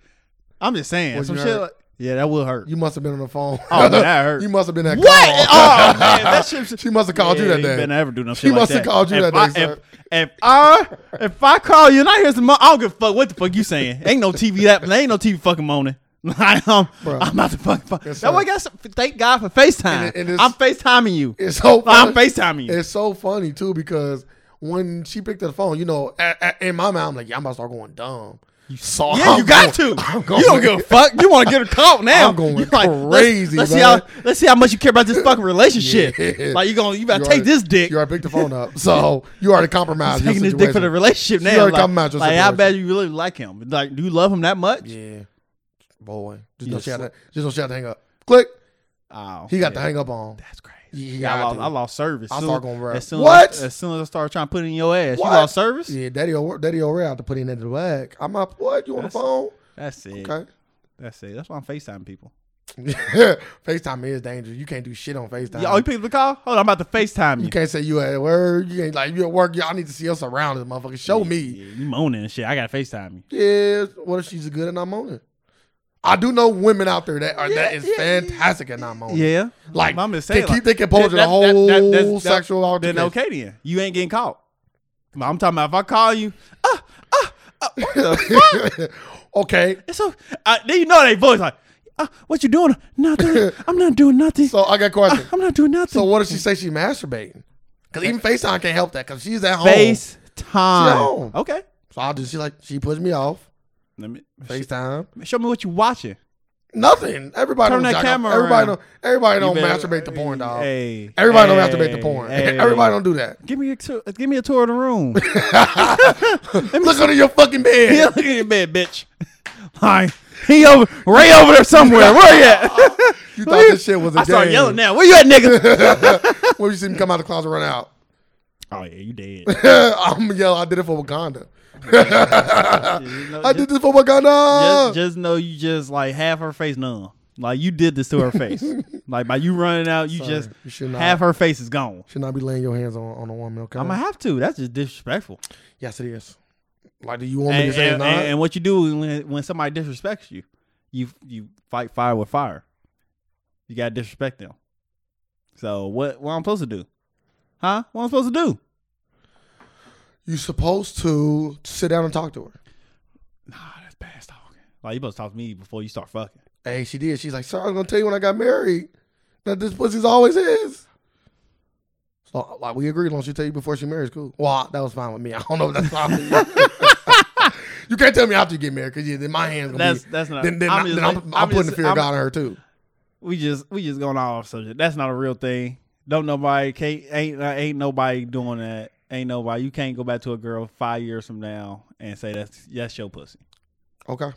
S1: I'm just saying
S2: Was
S1: some
S2: you
S1: shit.
S2: hurt?
S1: Like, yeah, that will hurt.
S2: You must have been on the phone.
S1: Oh, man, that hurt.
S2: you must have been that
S1: What? Oh
S2: call.
S1: man, that shit.
S2: she must have called you that
S1: ain't
S2: day.
S1: been ever do no
S2: She
S1: shit like
S2: must have
S1: that.
S2: called you
S1: if
S2: that
S1: I,
S2: day,
S1: If, if I if I call you and I hear some, mo- I don't give a fuck what the fuck you saying. Ain't no TV that ain't no TV fucking moaning. Like, um,
S2: Bruh.
S1: I'm about to fucking fuck.
S2: Yes,
S1: that
S2: sir.
S1: way, guys. Thank God for FaceTime.
S2: And it- and it's-
S1: I'm FaceTiming you.
S2: It's so
S1: Like, Oh, I'm
S2: funny.
S1: FaceTiming you.
S2: It's so funny too because when she picked up the phone, you know, a a- in my mind, I'm like, yeah, I'm about to start going dumb. You saw?
S1: Yeah, you got
S2: going-
S1: to.
S2: I'm going,
S1: you don't give a fuck. You want to get her caught now?
S2: I'm going
S1: You let's-
S2: crazy,
S1: Let's,
S2: bro.
S1: see how let's see how much you care about this fucking relationship.
S2: Yeah.
S1: Like you going you about
S2: You
S1: to take
S2: already-
S1: this dick.
S2: You already picked the phone up, so you already compromised. your
S1: taking this dick for the
S2: situation.
S1: relationship
S2: You
S1: now.
S2: already
S1: like,
S2: come out your
S1: like, I
S2: situation.
S1: bet you really like him. Like, do you love him that much?
S2: Yeah, boy.
S1: You
S2: Just know
S1: just
S2: she had
S1: sl-
S2: to. Just know she had to hang up. Click.
S1: Oh,
S2: He got
S1: yeah.
S2: the hang up on.
S1: That's crazy.
S2: Yeah,
S1: Yeah, I, lost,
S2: dude.
S1: I lost service.
S2: I
S1: Soon-
S2: start going red.
S1: as soon
S2: What?
S1: As, as soon as I started trying to put it in your ass,
S2: What?
S1: you lost service.
S2: Yeah, Daddy, O- Daddy O'Reilly had to put in into the bag. I'm up. What you on
S1: That's-
S2: the phone?
S1: That's it.
S2: Okay.
S1: That's it. That's why I'm Facetime people.
S2: FaceTime is dangerous. You can't do shit on FaceTime.
S1: Yeah, oh, you picked up the call? Hold on, I'm about to Facetime you.
S2: you can't say you at work. You can't like you at work. Y'all need to see us around this motherfucker. Show me.
S1: Yeah, you moaning and shit. I gotta Facetime you.
S2: Yeah. What if she's good at not moaning? I do know women out there that are that
S1: Yeah,
S2: is
S1: yeah,
S2: fantastic at not moaning.
S1: Yeah,
S2: Like
S1: I'm just
S2: they
S1: saying.
S2: keep
S1: like,
S2: they can
S1: that-
S2: pose the
S1: that- that-
S2: whole
S1: that- that's- that-
S2: sexual altercation.
S1: then okay, then you ain't getting caught. I'm talking about if I call you, ah, ah, ah what the
S2: okay.
S1: It's so uh, then you know they voice like, uh, "What you doing? Nothing. I'm not doing nothing.
S2: So I got a
S1: Uh,
S2: question.
S1: I'm not doing nothing."
S2: So what does she say? She masturbating? Because even FaceTime can't help that. Because she's at home.
S1: Face
S2: Chill.
S1: time. Okay.
S2: So I just she like she puts me off.
S1: Let me
S2: FaceTime.
S1: sh- show me what you watching.
S2: Nothing. Everybody
S1: Turn
S2: don't
S1: that
S2: jack
S1: camera
S2: off. Everybody
S1: around.
S2: don't. Everybody don't
S1: You better-
S2: masturbate the porn, dog.
S1: Hey,
S2: Uh, Everybody
S1: hey,
S2: don't masturbate the porn.
S1: hey.
S2: Everybody don't do that.
S1: Give me a tour, uh, give me a tour of the room.
S2: Look under your fucking bed.
S1: yeah, look at your bed, bitch. Like he over Ray over there somewhere. Where you at?
S2: You thought this shit was a
S1: I start
S2: game.
S1: yelling now. Where you at, nigga?
S2: When you see him come out of the closet, run out.
S1: oh yeah, you dead.
S2: I'm gonna yell. I did it for Wakanda.
S1: You know,
S2: I
S1: just,
S2: did this for Wakanda.
S1: just, just know you just like half her face numb. Like you did this to her face. like by you running out, you just
S2: you should not.
S1: half her face is gone.
S2: Should not be laying your hands on, on a woman. Okay.
S1: I'm gonna have to. That's just disrespectful.
S2: yes, it is. Like, do you want me
S1: And,
S2: to say it's
S1: and-
S2: not?
S1: and- and what you do when when somebody disrespects you, you you fight fire with fire. You gotta disrespect them. So what what I'm supposed to do? Huh? What I'm supposed to do?
S2: you supposed to sit down and talk to her.
S1: Nah, that's bad talking. Like you supposed to talk to me before you start fucking.
S2: Hey, she did. She's like, sir, I was gonna tell you when I got married that this pussy's always his. So like we agreed on she tell you before she marries, cool. Well, I- that was fine with me. I don't know if that's fine with you. you can't tell me after you get married, because yeah, then my hands gonna
S1: That's
S2: be
S1: that's not.
S2: then, then,
S1: I'm
S2: I'm,
S1: just-
S2: then I'm, I'm,
S1: I'm
S2: putting
S1: just-
S2: the fear
S1: I'm-
S2: of God on her too.
S1: We just we just going off subject. That's not a real thing. Don't nobody can't ain't uh, ain't nobody doing that. Ain't nobody. You can't go back to a girl five years from now and say that's that's your pussy.
S2: Okay.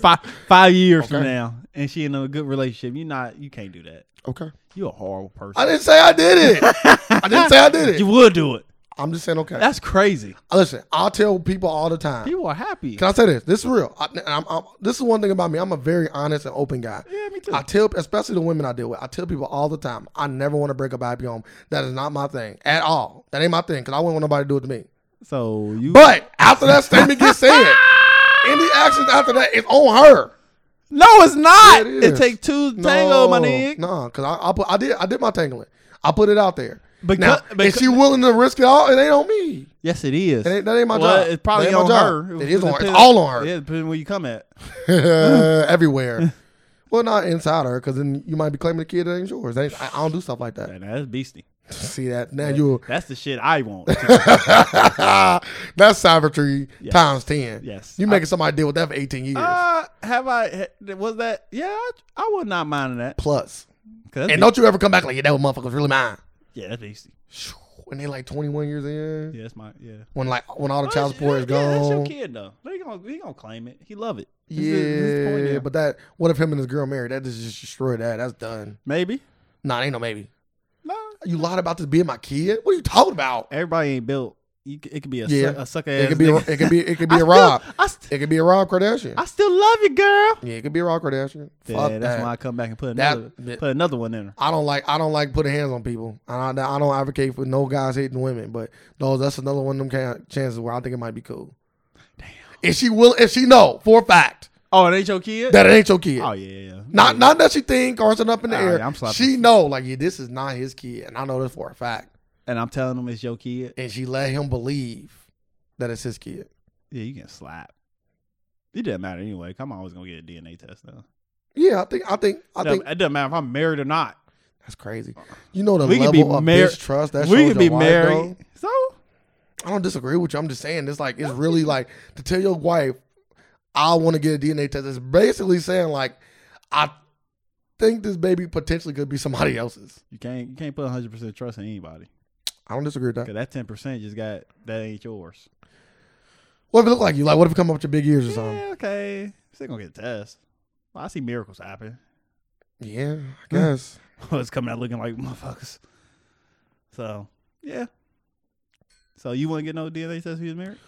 S1: five five years from
S2: Okay.
S1: now, and she in a good relationship. You not you can't do that.
S2: Okay.
S1: You a horrible person.
S2: I didn't say I did it. I didn't say I did it.
S1: You would do it.
S2: I'm just saying okay.
S1: That's crazy.
S2: Listen, I'll tell people all the time.
S1: People are happy.
S2: Can I say this? This is real. I, I'm, I'm, this is one thing about me. I'm a very honest and open guy.
S1: Yeah, me too.
S2: I tell, especially the women I deal with, I tell people all the time, I never want to break up a happy home. That is not my thing at all. That ain't my thing because I wouldn't want nobody to do it to me.
S1: So you
S2: But after that statement gets said, any actions after that is on her.
S1: no, it's not.
S2: Yeah,
S1: it
S2: it is.
S1: takes two to tango, my nigga.
S2: No, because I, I, put, I did, I did my tangling. I put it out there.
S1: Becau-
S2: But now,
S1: becau-
S2: if she willing to risk it all, it ain't on me.
S1: Yes, it is.
S2: It ain't, that ain't my
S1: well,
S2: job.
S1: it's probably
S2: That ain't
S1: on
S2: my job.
S1: her.
S2: It is on her. It's
S1: Depends-
S2: all on her.
S1: Yeah, depending where you come at.
S2: everywhere. well, not inside her, because then you might be claiming the kid that ain't yours. That ain't- I, I don't do stuff like that.
S1: Man, that's beastie.
S2: See that now you
S1: That's the shit I want.
S2: that's savagery
S1: Yes.
S2: times ten.
S1: Yes.
S2: you making somebody deal with that for eighteen years
S1: uh, have I? Was that? Yeah, I, I would not mind that.
S2: plus.
S1: 'Cause that's
S2: And don't you ever come back like yeah, that motherfucker was really mine.
S1: be- yeah, that's beastie.
S2: Shoo, When they like twenty one years in,
S1: Yeah, that's my yeah. Oh,
S2: when like when all the child
S1: That's-
S2: support is
S1: yeah, That's your
S2: gone,
S1: kid though. He gonna he gonna claim it. He love it. This
S2: yeah.
S1: is- this is the point now.
S2: but that what if him and his girl married? That just just destroyed that. That's done.
S1: maybe
S2: Nah, ain't no maybe.
S1: no.
S2: You lied about this being my kid. What are you talking about?
S1: Everybody ain't built. You, c- it could be a,
S2: Yeah.
S1: su- a sucker.
S2: It
S1: ass
S2: could be a,
S1: nigga.
S2: it could be it could
S1: I
S2: be a
S1: still-
S2: Rob.
S1: I, st-
S2: It could be a Rob Kardashian.
S1: I still love you, girl.
S2: yeah, it could be a Rob Kardashian.
S1: Yeah,
S2: Fuck
S1: that's
S2: that.
S1: why I come back and put
S2: That-
S1: another put another one in her.
S2: I don't like I don't like putting hands on people. And I, I don't advocate for no guys hitting women, but those that's another one of them ca- chances where I think it might be cool. Damn. If she will, if she know for a fact
S1: Oh, it ain't your kid.
S2: that it ain't your kid.
S1: oh yeah, yeah.
S2: Not not that she think or something up in the
S1: Oh,
S2: air.
S1: yeah, I'm slapping.
S2: she know like yeah, this is not his kid, and I know this for a fact.
S1: and I'm telling them it's your kid.
S2: And she let him believe that it's his kid.
S1: Yeah, you can slap. It doesn't matter anyway. 'cause I'm always gonna get a DNA test though.
S2: Yeah, I think I think I
S1: It
S2: think
S1: doesn't- it doesn't matter if I'm married or not.
S2: That's crazy. You know the
S1: We could
S2: level
S1: be
S2: of
S1: mar-
S2: distrust that
S1: we
S2: shows
S1: could be
S2: your wife,
S1: married.
S2: dog.
S1: So
S2: I don't disagree with you. I'm just saying it's like it's really like to tell your wife I want to get a DNA test. It's basically saying like I think this baby potentially could be somebody else's.
S1: you can't you can't put 100 percent trust in anybody.
S2: I don't disagree with that.
S1: 'Cause that 10 percent just got that ain't yours.
S2: What if it look like you? Like what if it come up with your big ears or something?
S1: Yeah, okay. Still gonna get a test. I see miracles happen.
S2: Yeah,
S1: Mm.
S2: I guess.
S1: was coming out looking like motherfuckers. So yeah. So you wouldn't get no DNA test if you was married?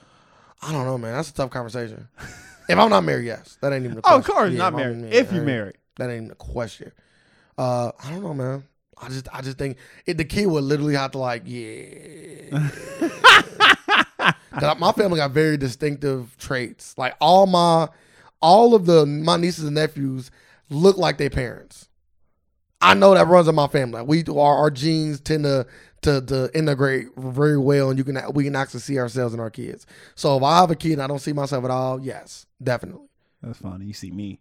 S2: I don't know, man. That's a tough conversation. if I'm not married, yes, that ain't even. A question.
S1: Oh, of course,
S2: Yeah,
S1: not
S2: if I'm
S1: married. if
S2: that
S1: you're
S2: ain't-
S1: married,
S2: that ain't even a question. Uh, I don't know, man. I just, I just think it, the kid would literally have to like, yeah. 'Cause my family got very distinctive traits. Like all my, all of the my nieces and nephews look like their parents. I know that runs in my family. Like we our, our genes tend to, to to integrate very well, and you can we can actually see ourselves in our kids. So if I have a kid and I don't see myself at all, yes, definitely.
S1: that's funny. You see me,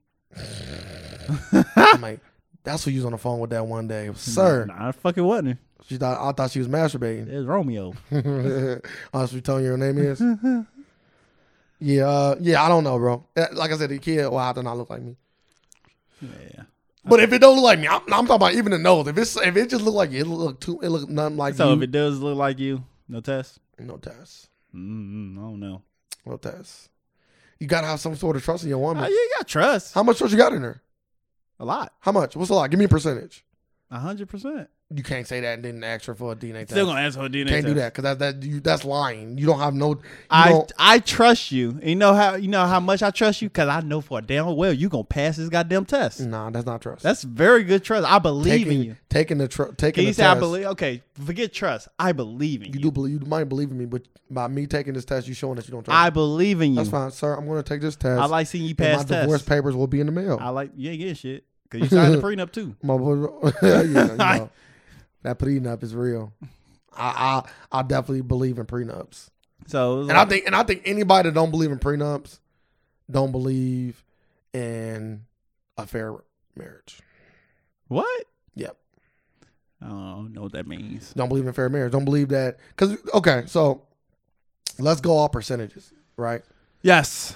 S2: I'm like, that's who you was on the phone with that one day, sir.
S1: Nah, I fucking wasn't.
S2: She thought I thought she was masturbating.
S1: It's Romeo.
S2: I was telling you her name is. yeah, uh, yeah, I don't know, bro. Uh, Like I said, the kid will have to not look like me.
S1: Yeah,
S2: But if it don't look like me, I'm, I'm talking about even the nose. If it's if it just look like you, it look too, it look nothing like
S1: so
S2: you.
S1: if it does look like you, no test.
S2: no test,
S1: Mm-mm, I don't know.
S2: no test. You gotta have some sort of trust in your
S1: Oh,
S2: woman.
S1: yeah, you got trust
S2: How much trust you got in her?
S1: a lot,
S2: How much? What's a lot? Give me a percentage.
S1: a hundred percent.
S2: You can't say that and then ask her for a DNA test.
S1: Still gonna ask for a DNA
S2: can't
S1: test.
S2: do that because that that you that's lying. You don't have no. you
S1: I
S2: don't-
S1: I trust you. You know how you know how much I trust you because I know for damn well you gonna pass this goddamn test.
S2: nah, that's not trust.
S1: That's very good trust. I believe
S2: Mm. taking
S1: in you.
S2: taking the tr- taking
S1: Can
S2: the
S1: you say
S2: test.
S1: I believe? Okay, forget trust. I believe in
S2: you
S1: you.
S2: do believe you might believe in me, but by me taking this test, you showing that you don't trust.
S1: I
S2: me.
S1: believe in you.
S2: That's fine, sir. I'm going to take this test.
S1: I like seeing you
S2: and
S1: pass
S2: my divorce
S1: tests.
S2: papers will be in the mail.
S1: I like you ain't getting shit because you signed the prenup too.
S2: my boy, yeah, you know, that prenup is real. I, I I definitely believe in prenups,
S1: So
S2: and I think and I think anybody that don't believe in prenups don't believe in a fair marriage.
S1: what?
S2: Yep.
S1: I don't know what that means.
S2: don't believe in fair marriage. Don't believe that because okay, so let's go all percentages, right?
S1: Yes.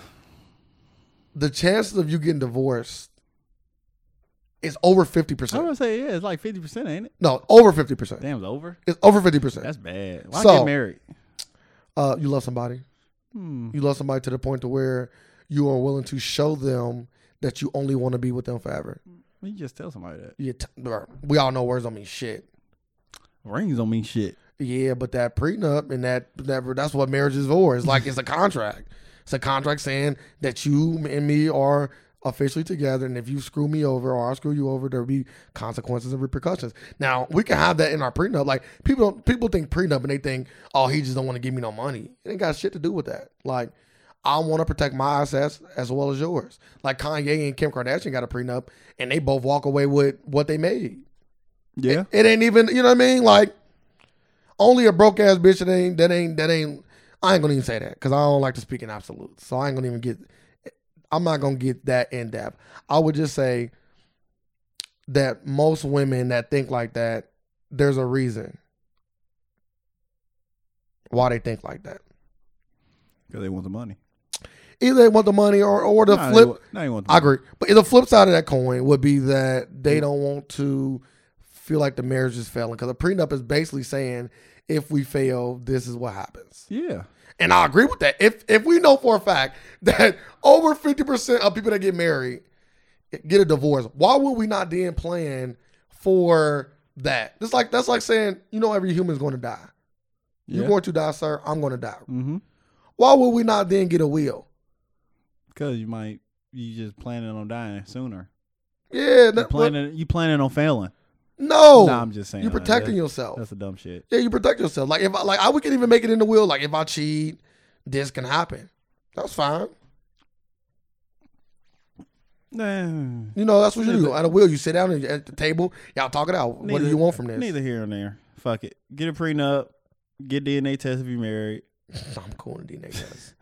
S2: The chances of you getting divorced is over fifty
S1: I'm
S2: percent.
S1: gonna say yeah, it's like fifty percent, ain't it?
S2: No, over fifty percent.
S1: Damn, it's over.
S2: It's over fifty percent.
S1: That's bad. Why
S2: So-
S1: get married?
S2: Uh, you love somebody.
S1: Hmm.
S2: You love somebody to the point to where you are willing to show them that you only want to be with them forever.
S1: You just tell somebody that
S2: You t- bro, we all know words don't mean shit.
S1: rings don't mean shit.
S2: Yeah, but that prenup and that that that's what marriage is for. It's like it's a contract. It's a contract saying that you and me are officially together, and if you screw me over or I screw you over, there'll be consequences and repercussions. Now we can have that in our prenup. Like people don't people think prenup and they think, oh, he just don't want to give me no money. It ain't got shit to do with that. Like I want to protect my assets as well as yours. Like Kanye and Kim Kardashian got a prenup, and they both walk away with what they made.
S1: Yeah.
S2: It ain't even, you know what I mean? Like, only a broke ass bitch that ain't that ain't that ain't. I ain't gonna even say that because I don't like to speak in absolutes. So I ain't gonna even get. I'm not gonna get that in depth. I would just say that most women that think like that, there's a reason why they think like that.
S1: Because they want the money.
S2: Either they want the money or or the
S1: Nah, they
S2: flip.
S1: wa- nah, they want the
S2: I
S1: money.
S2: agree. But the flip side of that coin would be that they don't want to feel like the marriage is failing because a prenup is basically saying if we fail, this is what happens.
S1: Yeah.
S2: And I agree with that. If if we know for a fact that over fifty percent of people that get married get a divorce, why would we not then plan for that? It's like that's like saying you know every human's going to die.
S1: Yeah.
S2: You're going to die, sir. I'm going to die.
S1: mm-hmm.
S2: Why would we not then get a will?
S1: Because you might you just planning on dying sooner.
S2: Yeah,
S1: You
S2: that,
S1: planning you planning on failing.
S2: no.
S1: Nah, I'm just saying.
S2: you're
S1: like,
S2: protecting
S1: that-
S2: yourself.
S1: That's a dumb shit.
S2: Yeah, you protect yourself. Like if I, like I we can even make it in the will. Like if I cheat, this can happen. That's fine.
S1: Nah.
S2: You know, that's what you do.
S1: Neither-
S2: At a will, you sit down and- at the table, y'all talk it out. what do
S1: Neither-
S2: you want from this?
S1: Neither here nor there. Fuck it. Get a prenup. Get DNA test if you're married.
S2: I'm cool with DNA tests.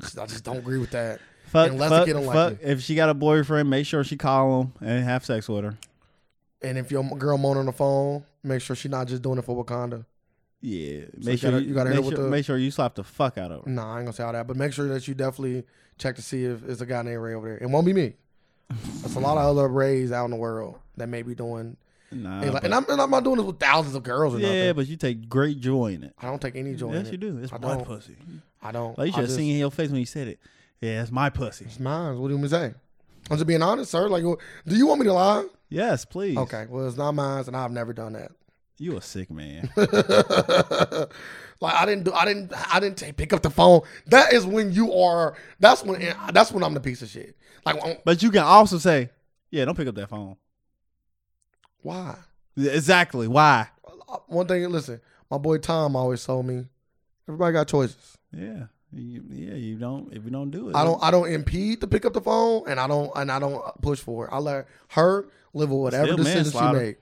S2: Just- I just don't agree with that.
S1: Fuck,
S2: Unless the
S1: fuck,
S2: kid don't like
S1: fuck. if she got a boyfriend, make sure she call him and have sex with her.
S2: And if your girl moan on the phone, make sure she's not just doing it for Wakanda.
S1: Yeah, make
S2: you
S1: sure
S2: gotta- you gotta hit
S1: make
S2: her with
S1: sure,
S2: the-
S1: make sure you slap the fuck out of her.
S2: Nah, I ain't gonna say all that, but make sure that you definitely check to see if it's a guy named Ray over there. It won't be me. There's a lot of other Rays out in the world that may be doing.
S1: Nah,
S2: and, like-
S1: but-
S2: and I'm, and I'm not doing this with thousands of girls or
S1: yeah,
S2: nothing.
S1: but you take great joy in it.
S2: I don't take any joy
S1: yes, you
S2: in it.
S1: do. It's
S2: I
S1: my
S2: don't.
S1: pussy.
S2: I don't.
S1: Like you should
S2: I
S1: have
S2: just-
S1: seen in your face when you said it. Yeah, it's my pussy.
S2: It's mine. What do you want me to say? I'm just being honest, sir. Like, wh- do you want me to lie?
S1: Yes, please.
S2: Okay, well, it's not mine, and I've never done that.
S1: You a sick man.
S2: like I didn't do, I didn't, I didn't take, pick up the phone. That is when you are. That's when. That's when I'm the piece of shit. Like I'm-
S1: but you can also say, yeah, don't pick up that phone.
S2: why?
S1: Yeah, Exactly. Why?
S2: One thing, listen, my boy Tom always told me, everybody got choices.
S1: Yeah. You, yeah, you don't. If you don't do it,
S2: I don't, I don't impede to pick up the phone, and I don't, and I don't push for it. I let her live with whatever
S1: Still
S2: decision she
S1: manslaughter.
S2: make.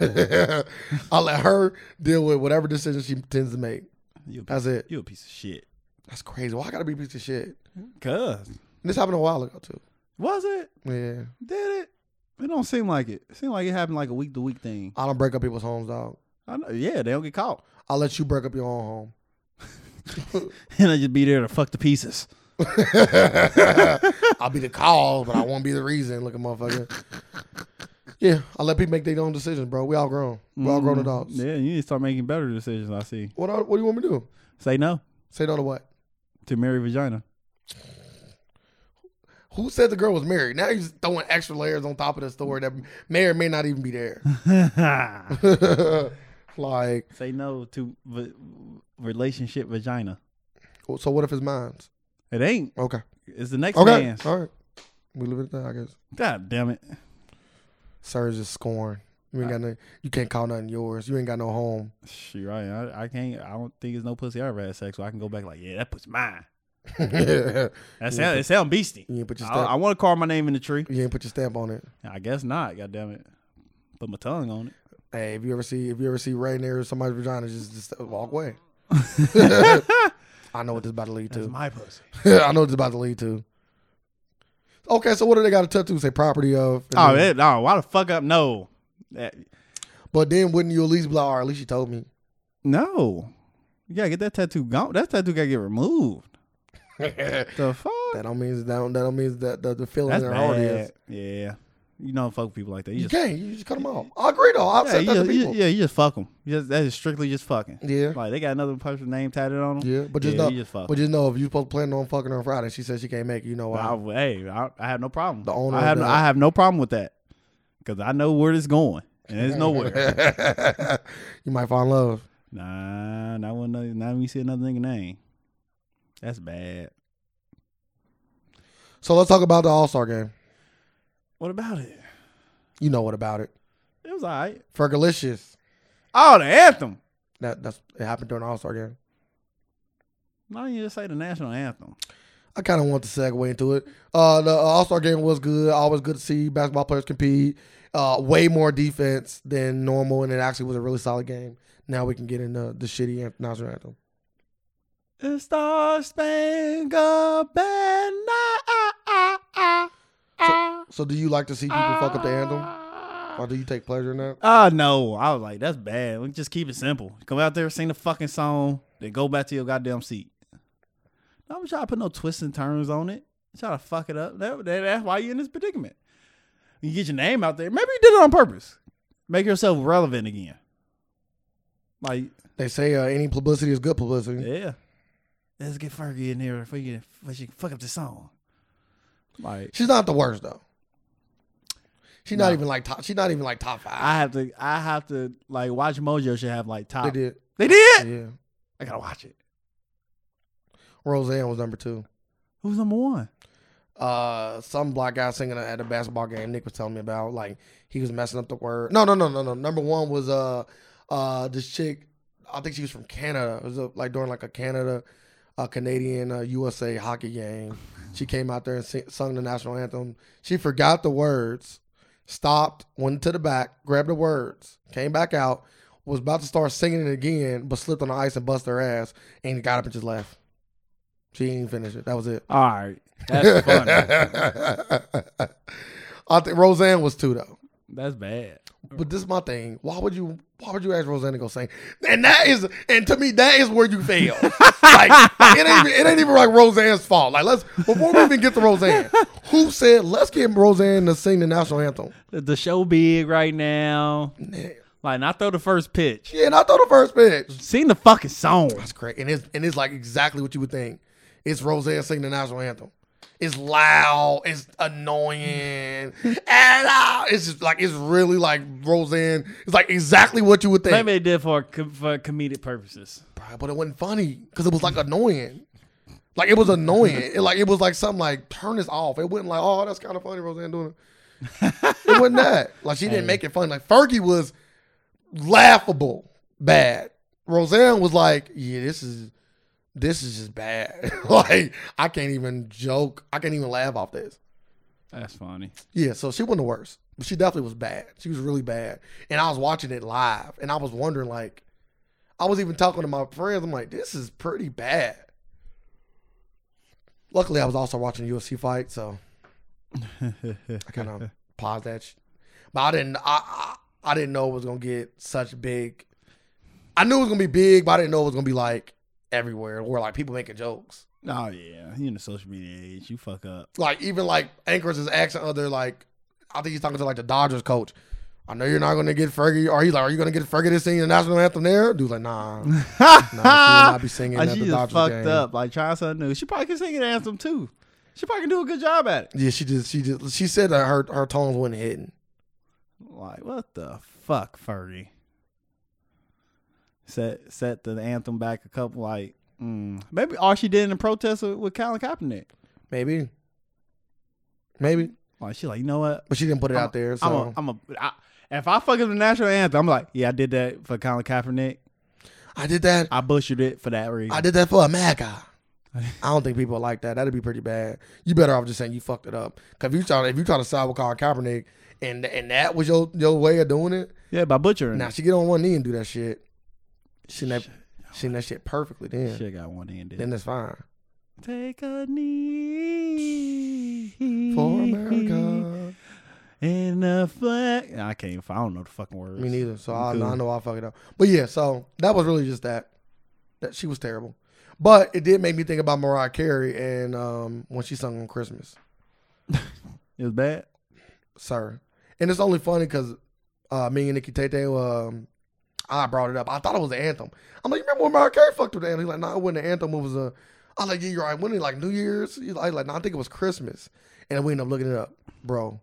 S2: I let her deal with whatever decision she tends to make.
S1: You,
S2: That's it.
S1: you a piece of shit.
S2: That's crazy. Why I gotta be a piece of shit?
S1: Cause
S2: This happened a while ago too.
S1: was it?
S2: Yeah,
S1: Did it? It don't seem like it. It seemed like it happened like a week to week thing.
S2: I don't break up people's homes, dog.
S1: I know, yeah, they don't get caught,
S2: I let you break up your own home.
S1: and I just be there to fuck the pieces.
S2: I'll be the cause, but I won't be the reason. Look at motherfucker. Yeah, I let people make their own decisions, bro. We all grown. We all grown
S1: Mm,
S2: adults.
S1: Yeah, you need to start making better decisions. I see.
S2: What are, What do you want me to do?
S1: Say no
S2: Say no to what?
S1: to Mary Vagina.
S2: Who said the girl was married? Now he's throwing extra layers on top of the story that may or may not even be there. like,
S1: Say no to v- relationship vagina.
S2: so what if it's mine's?
S1: It ain't.
S2: Okay.
S1: It's the next
S2: Okay.
S1: man's.
S2: All right. We leave it at that, I guess.
S1: God damn it.
S2: Sirs is scorn. You ain't got no, You can't call nothing yours. You ain't got no home.
S1: She right. I, I can't. I don't think it's no pussy I ever had sex. So I can go back like, yeah, that pussy mine.
S2: you
S1: That sound. It sound beastie.
S2: ain't put your
S1: I, I
S2: stamp.
S1: want to carve my name in the tree.
S2: You ain't put your stamp on it.
S1: I guess not. God damn it. Put my tongue on it.
S2: Hey, if you ever see if you ever see rain there somebody's vagina, just just walk away. I know what this about to lead
S1: That's
S2: to.
S1: my pussy.
S2: I know what this about to lead to. Okay, so what do they got a tattoo say? Property of. and
S1: Oh,
S2: then-
S1: that, no, why the fuck up? No. That-
S2: But then wouldn't you at least be like, "All right, at least you told me.
S1: no. You gotta get that tattoo gone. That tattoo gotta get removed.
S2: that
S1: The fuck?
S2: don't means that don't, that don't means that the, the feeling
S1: That's
S2: in their heart is.
S1: bad. Yeah. You don't fuck with people like that. You
S2: You
S1: just,
S2: can't. You just cut them off. I agree though. I've
S1: yeah,
S2: said
S1: you
S2: that to
S1: just, you-
S2: people.
S1: yeah, you just fuck them. Just, that is strictly just fucking.
S2: Yeah,
S1: Like, they got another person's name tatted on them.
S2: yeah. But just
S1: yeah,
S2: know,
S1: you just fuck
S2: but just know if you supposed to plan on fucking her on Friday, she says she can't make it. You know why?
S1: I, hey, I, I have no problem.
S2: The owner
S1: I have,
S2: of
S1: no,
S2: that-
S1: I have no problem with that because I know where it's going and it's nowhere.
S2: you might fall in love.
S1: nah, not when another- not when you see another nigga name. That's bad.
S2: So let's talk about the All Star game.
S1: What about it?
S2: You know what about it?
S1: It was all right.
S2: Fergalicious.
S1: Oh, the anthem.
S2: That that's it happened during All Star game.
S1: Why don't you just say the national anthem?
S2: I kind of want to segue into it. Uh, the All Star game was good. Always good to see basketball players compete. Uh, way more defense than normal, and it actually was a really solid game. Now we can get into the shitty an- national anthem.
S1: The Star Spangled Banner.
S2: So, do you like to see people fuck up the anthem, or do you take pleasure in that?
S1: Ah, no. I was like, that's bad. We can just keep it simple. Come out there, sing the fucking song, then go back to your goddamn seat. I'm trying to put no twists and turns on it. Try to fuck it up. That- that- that's why you're in this predicament. You get your name out there. Maybe you did it on purpose. Make yourself relevant again. Like,
S2: They say uh, any publicity is good publicity.
S1: yeah. Let's get Fergie in here before you before she can fuck up the song. Like,
S2: She's not the worst though. She's not
S1: No.
S2: even like top. She's not even like top five.
S1: I have to, I have to, like, watch Mojo should have, like, top.
S2: they did.
S1: They did?
S2: Yeah.
S1: I gotta watch it.
S2: Roseanne was number two.
S1: Who's number one?
S2: uh some black guy singing at a basketball game Nick was telling me about like he was messing up the word. No, no, no, no, no. Number one was uh uh this chick I think she was from Canada. It was uh like during like a Canada uh Canadian uh, USA hockey game. She came out there and sing, sung the national anthem. She forgot the words, stopped, went to the back, grabbed the words, came back out, was about to start singing it again, but slipped on the ice and bust her ass and got up and just left. She didn't finish it. That was it.
S1: All right. That's funny.
S2: I think Roseanne was two though.
S1: That's bad.
S2: But this is my thing. Why would you? Why would you ask Rosanna to go sing? And that is, and to me, that is where you fail. like it ain't, even- it ain't even like Roseanne's fault. Like let's before we even get to Roseanne, who said let's get Roseanne to sing the national anthem?
S1: The- The show big right now.
S2: Yeah,
S1: Like, not throw the first pitch.
S2: and I throw the first pitch.
S1: Sing the fucking song.
S2: That's great, and it's and it's like exactly what you would think. It's Roseanne singing the national anthem. It's loud. It's annoying, and uh, it's just like it's really like Roseanne. It's like exactly what you would think.
S1: Maybe they did for com- for comedic purposes.
S2: Bruh, but it wasn't funny because it was like annoying. Like it was annoying. It, like it was like something like turn this off. It wasn't like oh that's kind of funny Roseanne doing it. it wasn't that. Like she didn't make it funny. Like Fergie was laughable bad. Roseanne was like yeah this is this is just bad. like I can't even joke. I can't even laugh off this.
S1: That's funny.
S2: Yeah, so she wasn't the worst. But she definitely was bad. She was really bad. And I was watching it live and I was wondering like I was even talking to my friends. I'm like, this is pretty bad. Luckily I was also watching a UFC fight, so
S1: Oh,
S2: I kind of paused that. Sh- but I didn't I, I I didn't know it was going to get such big. I knew it was going to be big, but I didn't know it was going to be like everywhere or like people making jokes.
S1: Oh yeah, you in the social media age, you fuck up.
S2: like even like anchors is asking other like I think he's talking to like the Dodgers coach. I know you're not gonna get Fergie, or he's like, "Are you gonna get Fergie to sing the national anthem?" There, dude's like, "Nah, nah, she will not be singing
S1: Like,
S2: at
S1: Oh, she
S2: the
S1: just
S2: Dodgers
S1: fucked
S2: game."
S1: up. Like trying something new. She probably can sing an anthem too. She probably can do a good job at it.
S2: Yeah, she just, she just, she said that her her tones wasn't hitting.
S1: Like what the fuck, Fergie? Set set the anthem back a couple. Like mm. maybe all she did in the protest with, with Colin Kaepernick.
S2: Maybe, maybe,
S1: Like she like you know what?
S2: but she didn't put it
S1: I'm
S2: out there. So
S1: I'm a, I'm a I, if I fuck up the national anthem, I'm like yeah, I did that for Colin Kaepernick.
S2: I did that.
S1: I butchered it for that reason.
S2: I did that for America. I don't think people like that. That'd be pretty bad. You better off just saying you fucked it up. Cause if you try, if you try to side with Colin Kaepernick, and and that was your your way of doing it,
S1: yeah, by butchering.
S2: Now
S1: it.
S2: she get on one knee and do that shit. She that she that shit perfectly then.
S1: Shit got one hand.
S2: Then that's fine.
S1: Take a knee
S2: For America.
S1: and a flag. I can't. even- I don't know the fucking words.
S2: Me neither. So I,
S1: Cool.
S2: I know I'll fuck it up. But yeah, so that was really just that. That she was terrible. But it did make me think about Mariah Carey and um, when she sung on Christmas.
S1: It was bad.
S2: sir. And it's only funny because uh, me and Nikki Tate, um, I brought it up. I thought it was the anthem. I'm like, you remember when Mariah Carey fucked with the anthem? He's like, no, it wasn't the anthem. It was a. I like, yeah, you're right. When it like New Year's, He's like, like, no, I think it was Christmas. And we ended up looking it up, bro.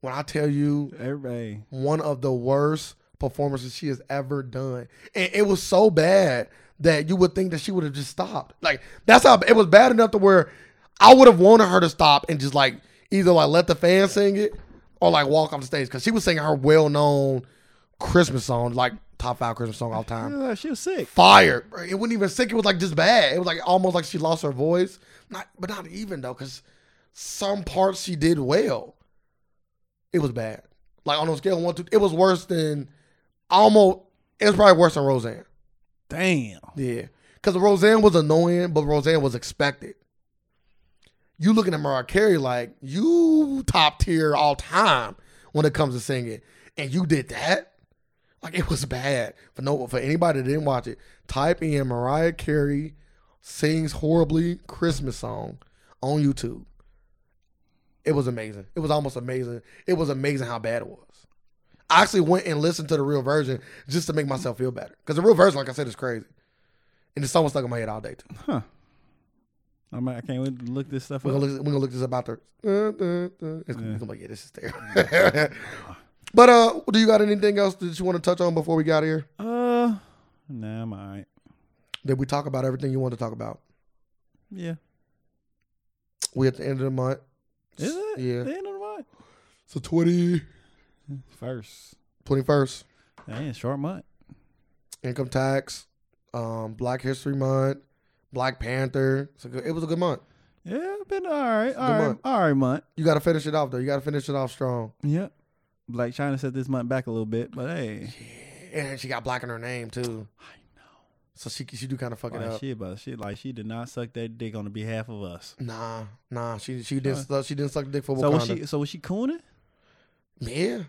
S2: When I tell you,
S1: Everybody.
S2: one of the worst performances she has ever done, and it was so bad that you would think that she would have just stopped. Like that's how it was bad enough to where I would have wanted her to stop and just like either like let the fans sing it or like walk off the stage because she was singing her well known Christmas song, like top five Christmas song of all time
S1: Yeah, she was sick.
S2: fire. bro. It wasn't even sick. It was like just bad. It was like almost like she lost her voice. Not, but not even though, because some parts she did well. It was bad. Like on a scale of one to, it was worse than almost. It was probably worse than Roseanne.
S1: Damn.
S2: Yeah, because Roseanne was annoying, but Roseanne was expected. You looking at Mariah Carey like you top tier all time when it comes to singing, and you did that. Like it was bad for no for anybody that didn't watch it. Type in Mariah Carey sings horribly Christmas song on YouTube. It was amazing. It was almost amazing. It was amazing how bad it was. I actually went and listened to the real version just to make myself feel better because the real version, like I said, is crazy. And the song was stuck in my head all day. Too.
S1: Huh. I'm, I can't wait to look this stuff
S2: We're
S1: up.
S2: gonna look. We're gonna look this up after. It's gonna, it's gonna be like, yeah, this is terrible. but uh, do you got anything else that you want to touch on before we got here?
S1: Uh, nah, I'm alright.
S2: Did we talk about everything you want to talk about?
S1: Yeah.
S2: We at the end of the month.
S1: Is it?
S2: Yeah.
S1: The end of the month.
S2: So 20,
S1: First.
S2: 21st,
S1: Damn, short month.
S2: income tax, um, Black History Month, Black Panther. It's a good, it was a good month.
S1: Yeah, been all right. All
S2: good
S1: right.
S2: month.
S1: All right, month.
S2: You got to finish it off though. You got to finish it off strong.
S1: Yep. Black China set this month back a little bit, but hey.
S2: And she got black in her name too,
S1: I know.
S2: so she she do kind of fuck it
S1: Like
S2: up.
S1: she about she like she did not suck that dick on the behalf of us.
S2: Nah, nah, she she didn't suck- she didn't suck dick for
S1: So
S2: Wakanda.
S1: was she so was she cooning?
S2: yeah,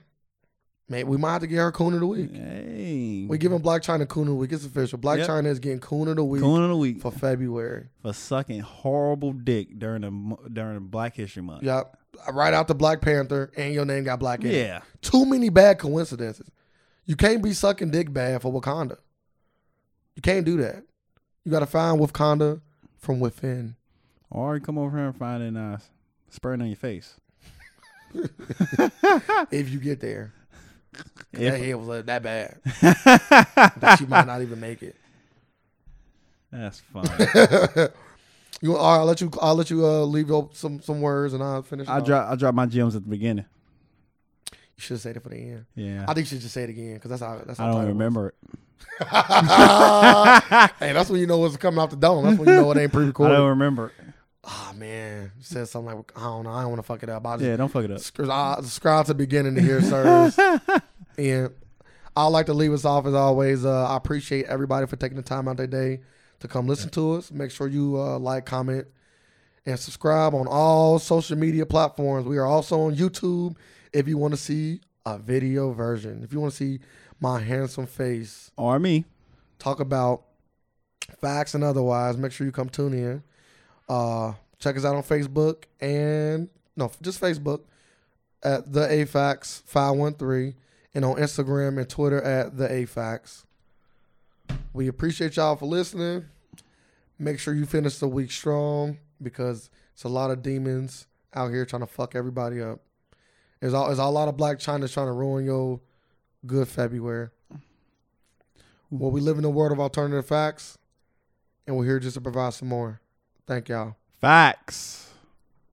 S2: Man, we might have to get her Coon of the Week.
S1: Hey,
S2: We're giving Black China Coon of the Week. It's official. Black
S1: Mm. Yep.
S2: China is getting Coon of the Week
S1: coon of the week
S2: for February.
S1: for sucking horrible dick during the mo- during Black History Month.
S2: Yep. Right out the Black Panther, and your name got black in it.
S1: Yeah,
S2: Too many bad coincidences. You can't be sucking dick bad for Wakanda. You can't do that. You got to find Wakanda from within.
S1: or come over here and find it uh, spraying on your face.
S2: If you get there, that
S1: If-
S2: head was like, that bad that you might not even make it.
S1: That's fun.
S2: You, all right, I'll let you. I'll let you uh, leave up some some words, and I'll finish.
S1: I
S2: it off.
S1: drop I drop my gems at the beginning.
S2: You should say it for the end.
S1: Yeah,
S2: I think you should just say it again because that's how. That's how
S1: I don't
S2: tight it was.
S1: remember it.
S2: hey, that's when you know what's coming off the dome. That's when you know it ain't
S1: I
S2: pre-recorded.
S1: don't remember. it.
S2: Ah man, you said something like I don't know. I don't want to fuck it up. I just
S1: Yeah, don't fuck it up.
S2: Scr- I- subscribe to beginning to hear service. and I like to leave us off as always. Uh, I appreciate everybody for taking the time out their day to come listen to us. Make sure you uh, like, comment, and subscribe on all social media platforms. We are also on YouTube if you want to see a video version. If you want to see my handsome face
S1: Or me.
S2: talk about facts and otherwise, make sure you come tune in. Uh, check us out on Facebook and no, just Facebook at the AFAX five one three, and on Instagram and Twitter at the AFAX. We appreciate y'all for listening. Make sure you finish the week strong because it's a lot of demons out here trying to fuck everybody up. There's all, there's a lot of Black China trying to ruin your good February. Well, we live in a world of alternative facts, and we're here just to provide some more. Thank y'all.
S1: Facts.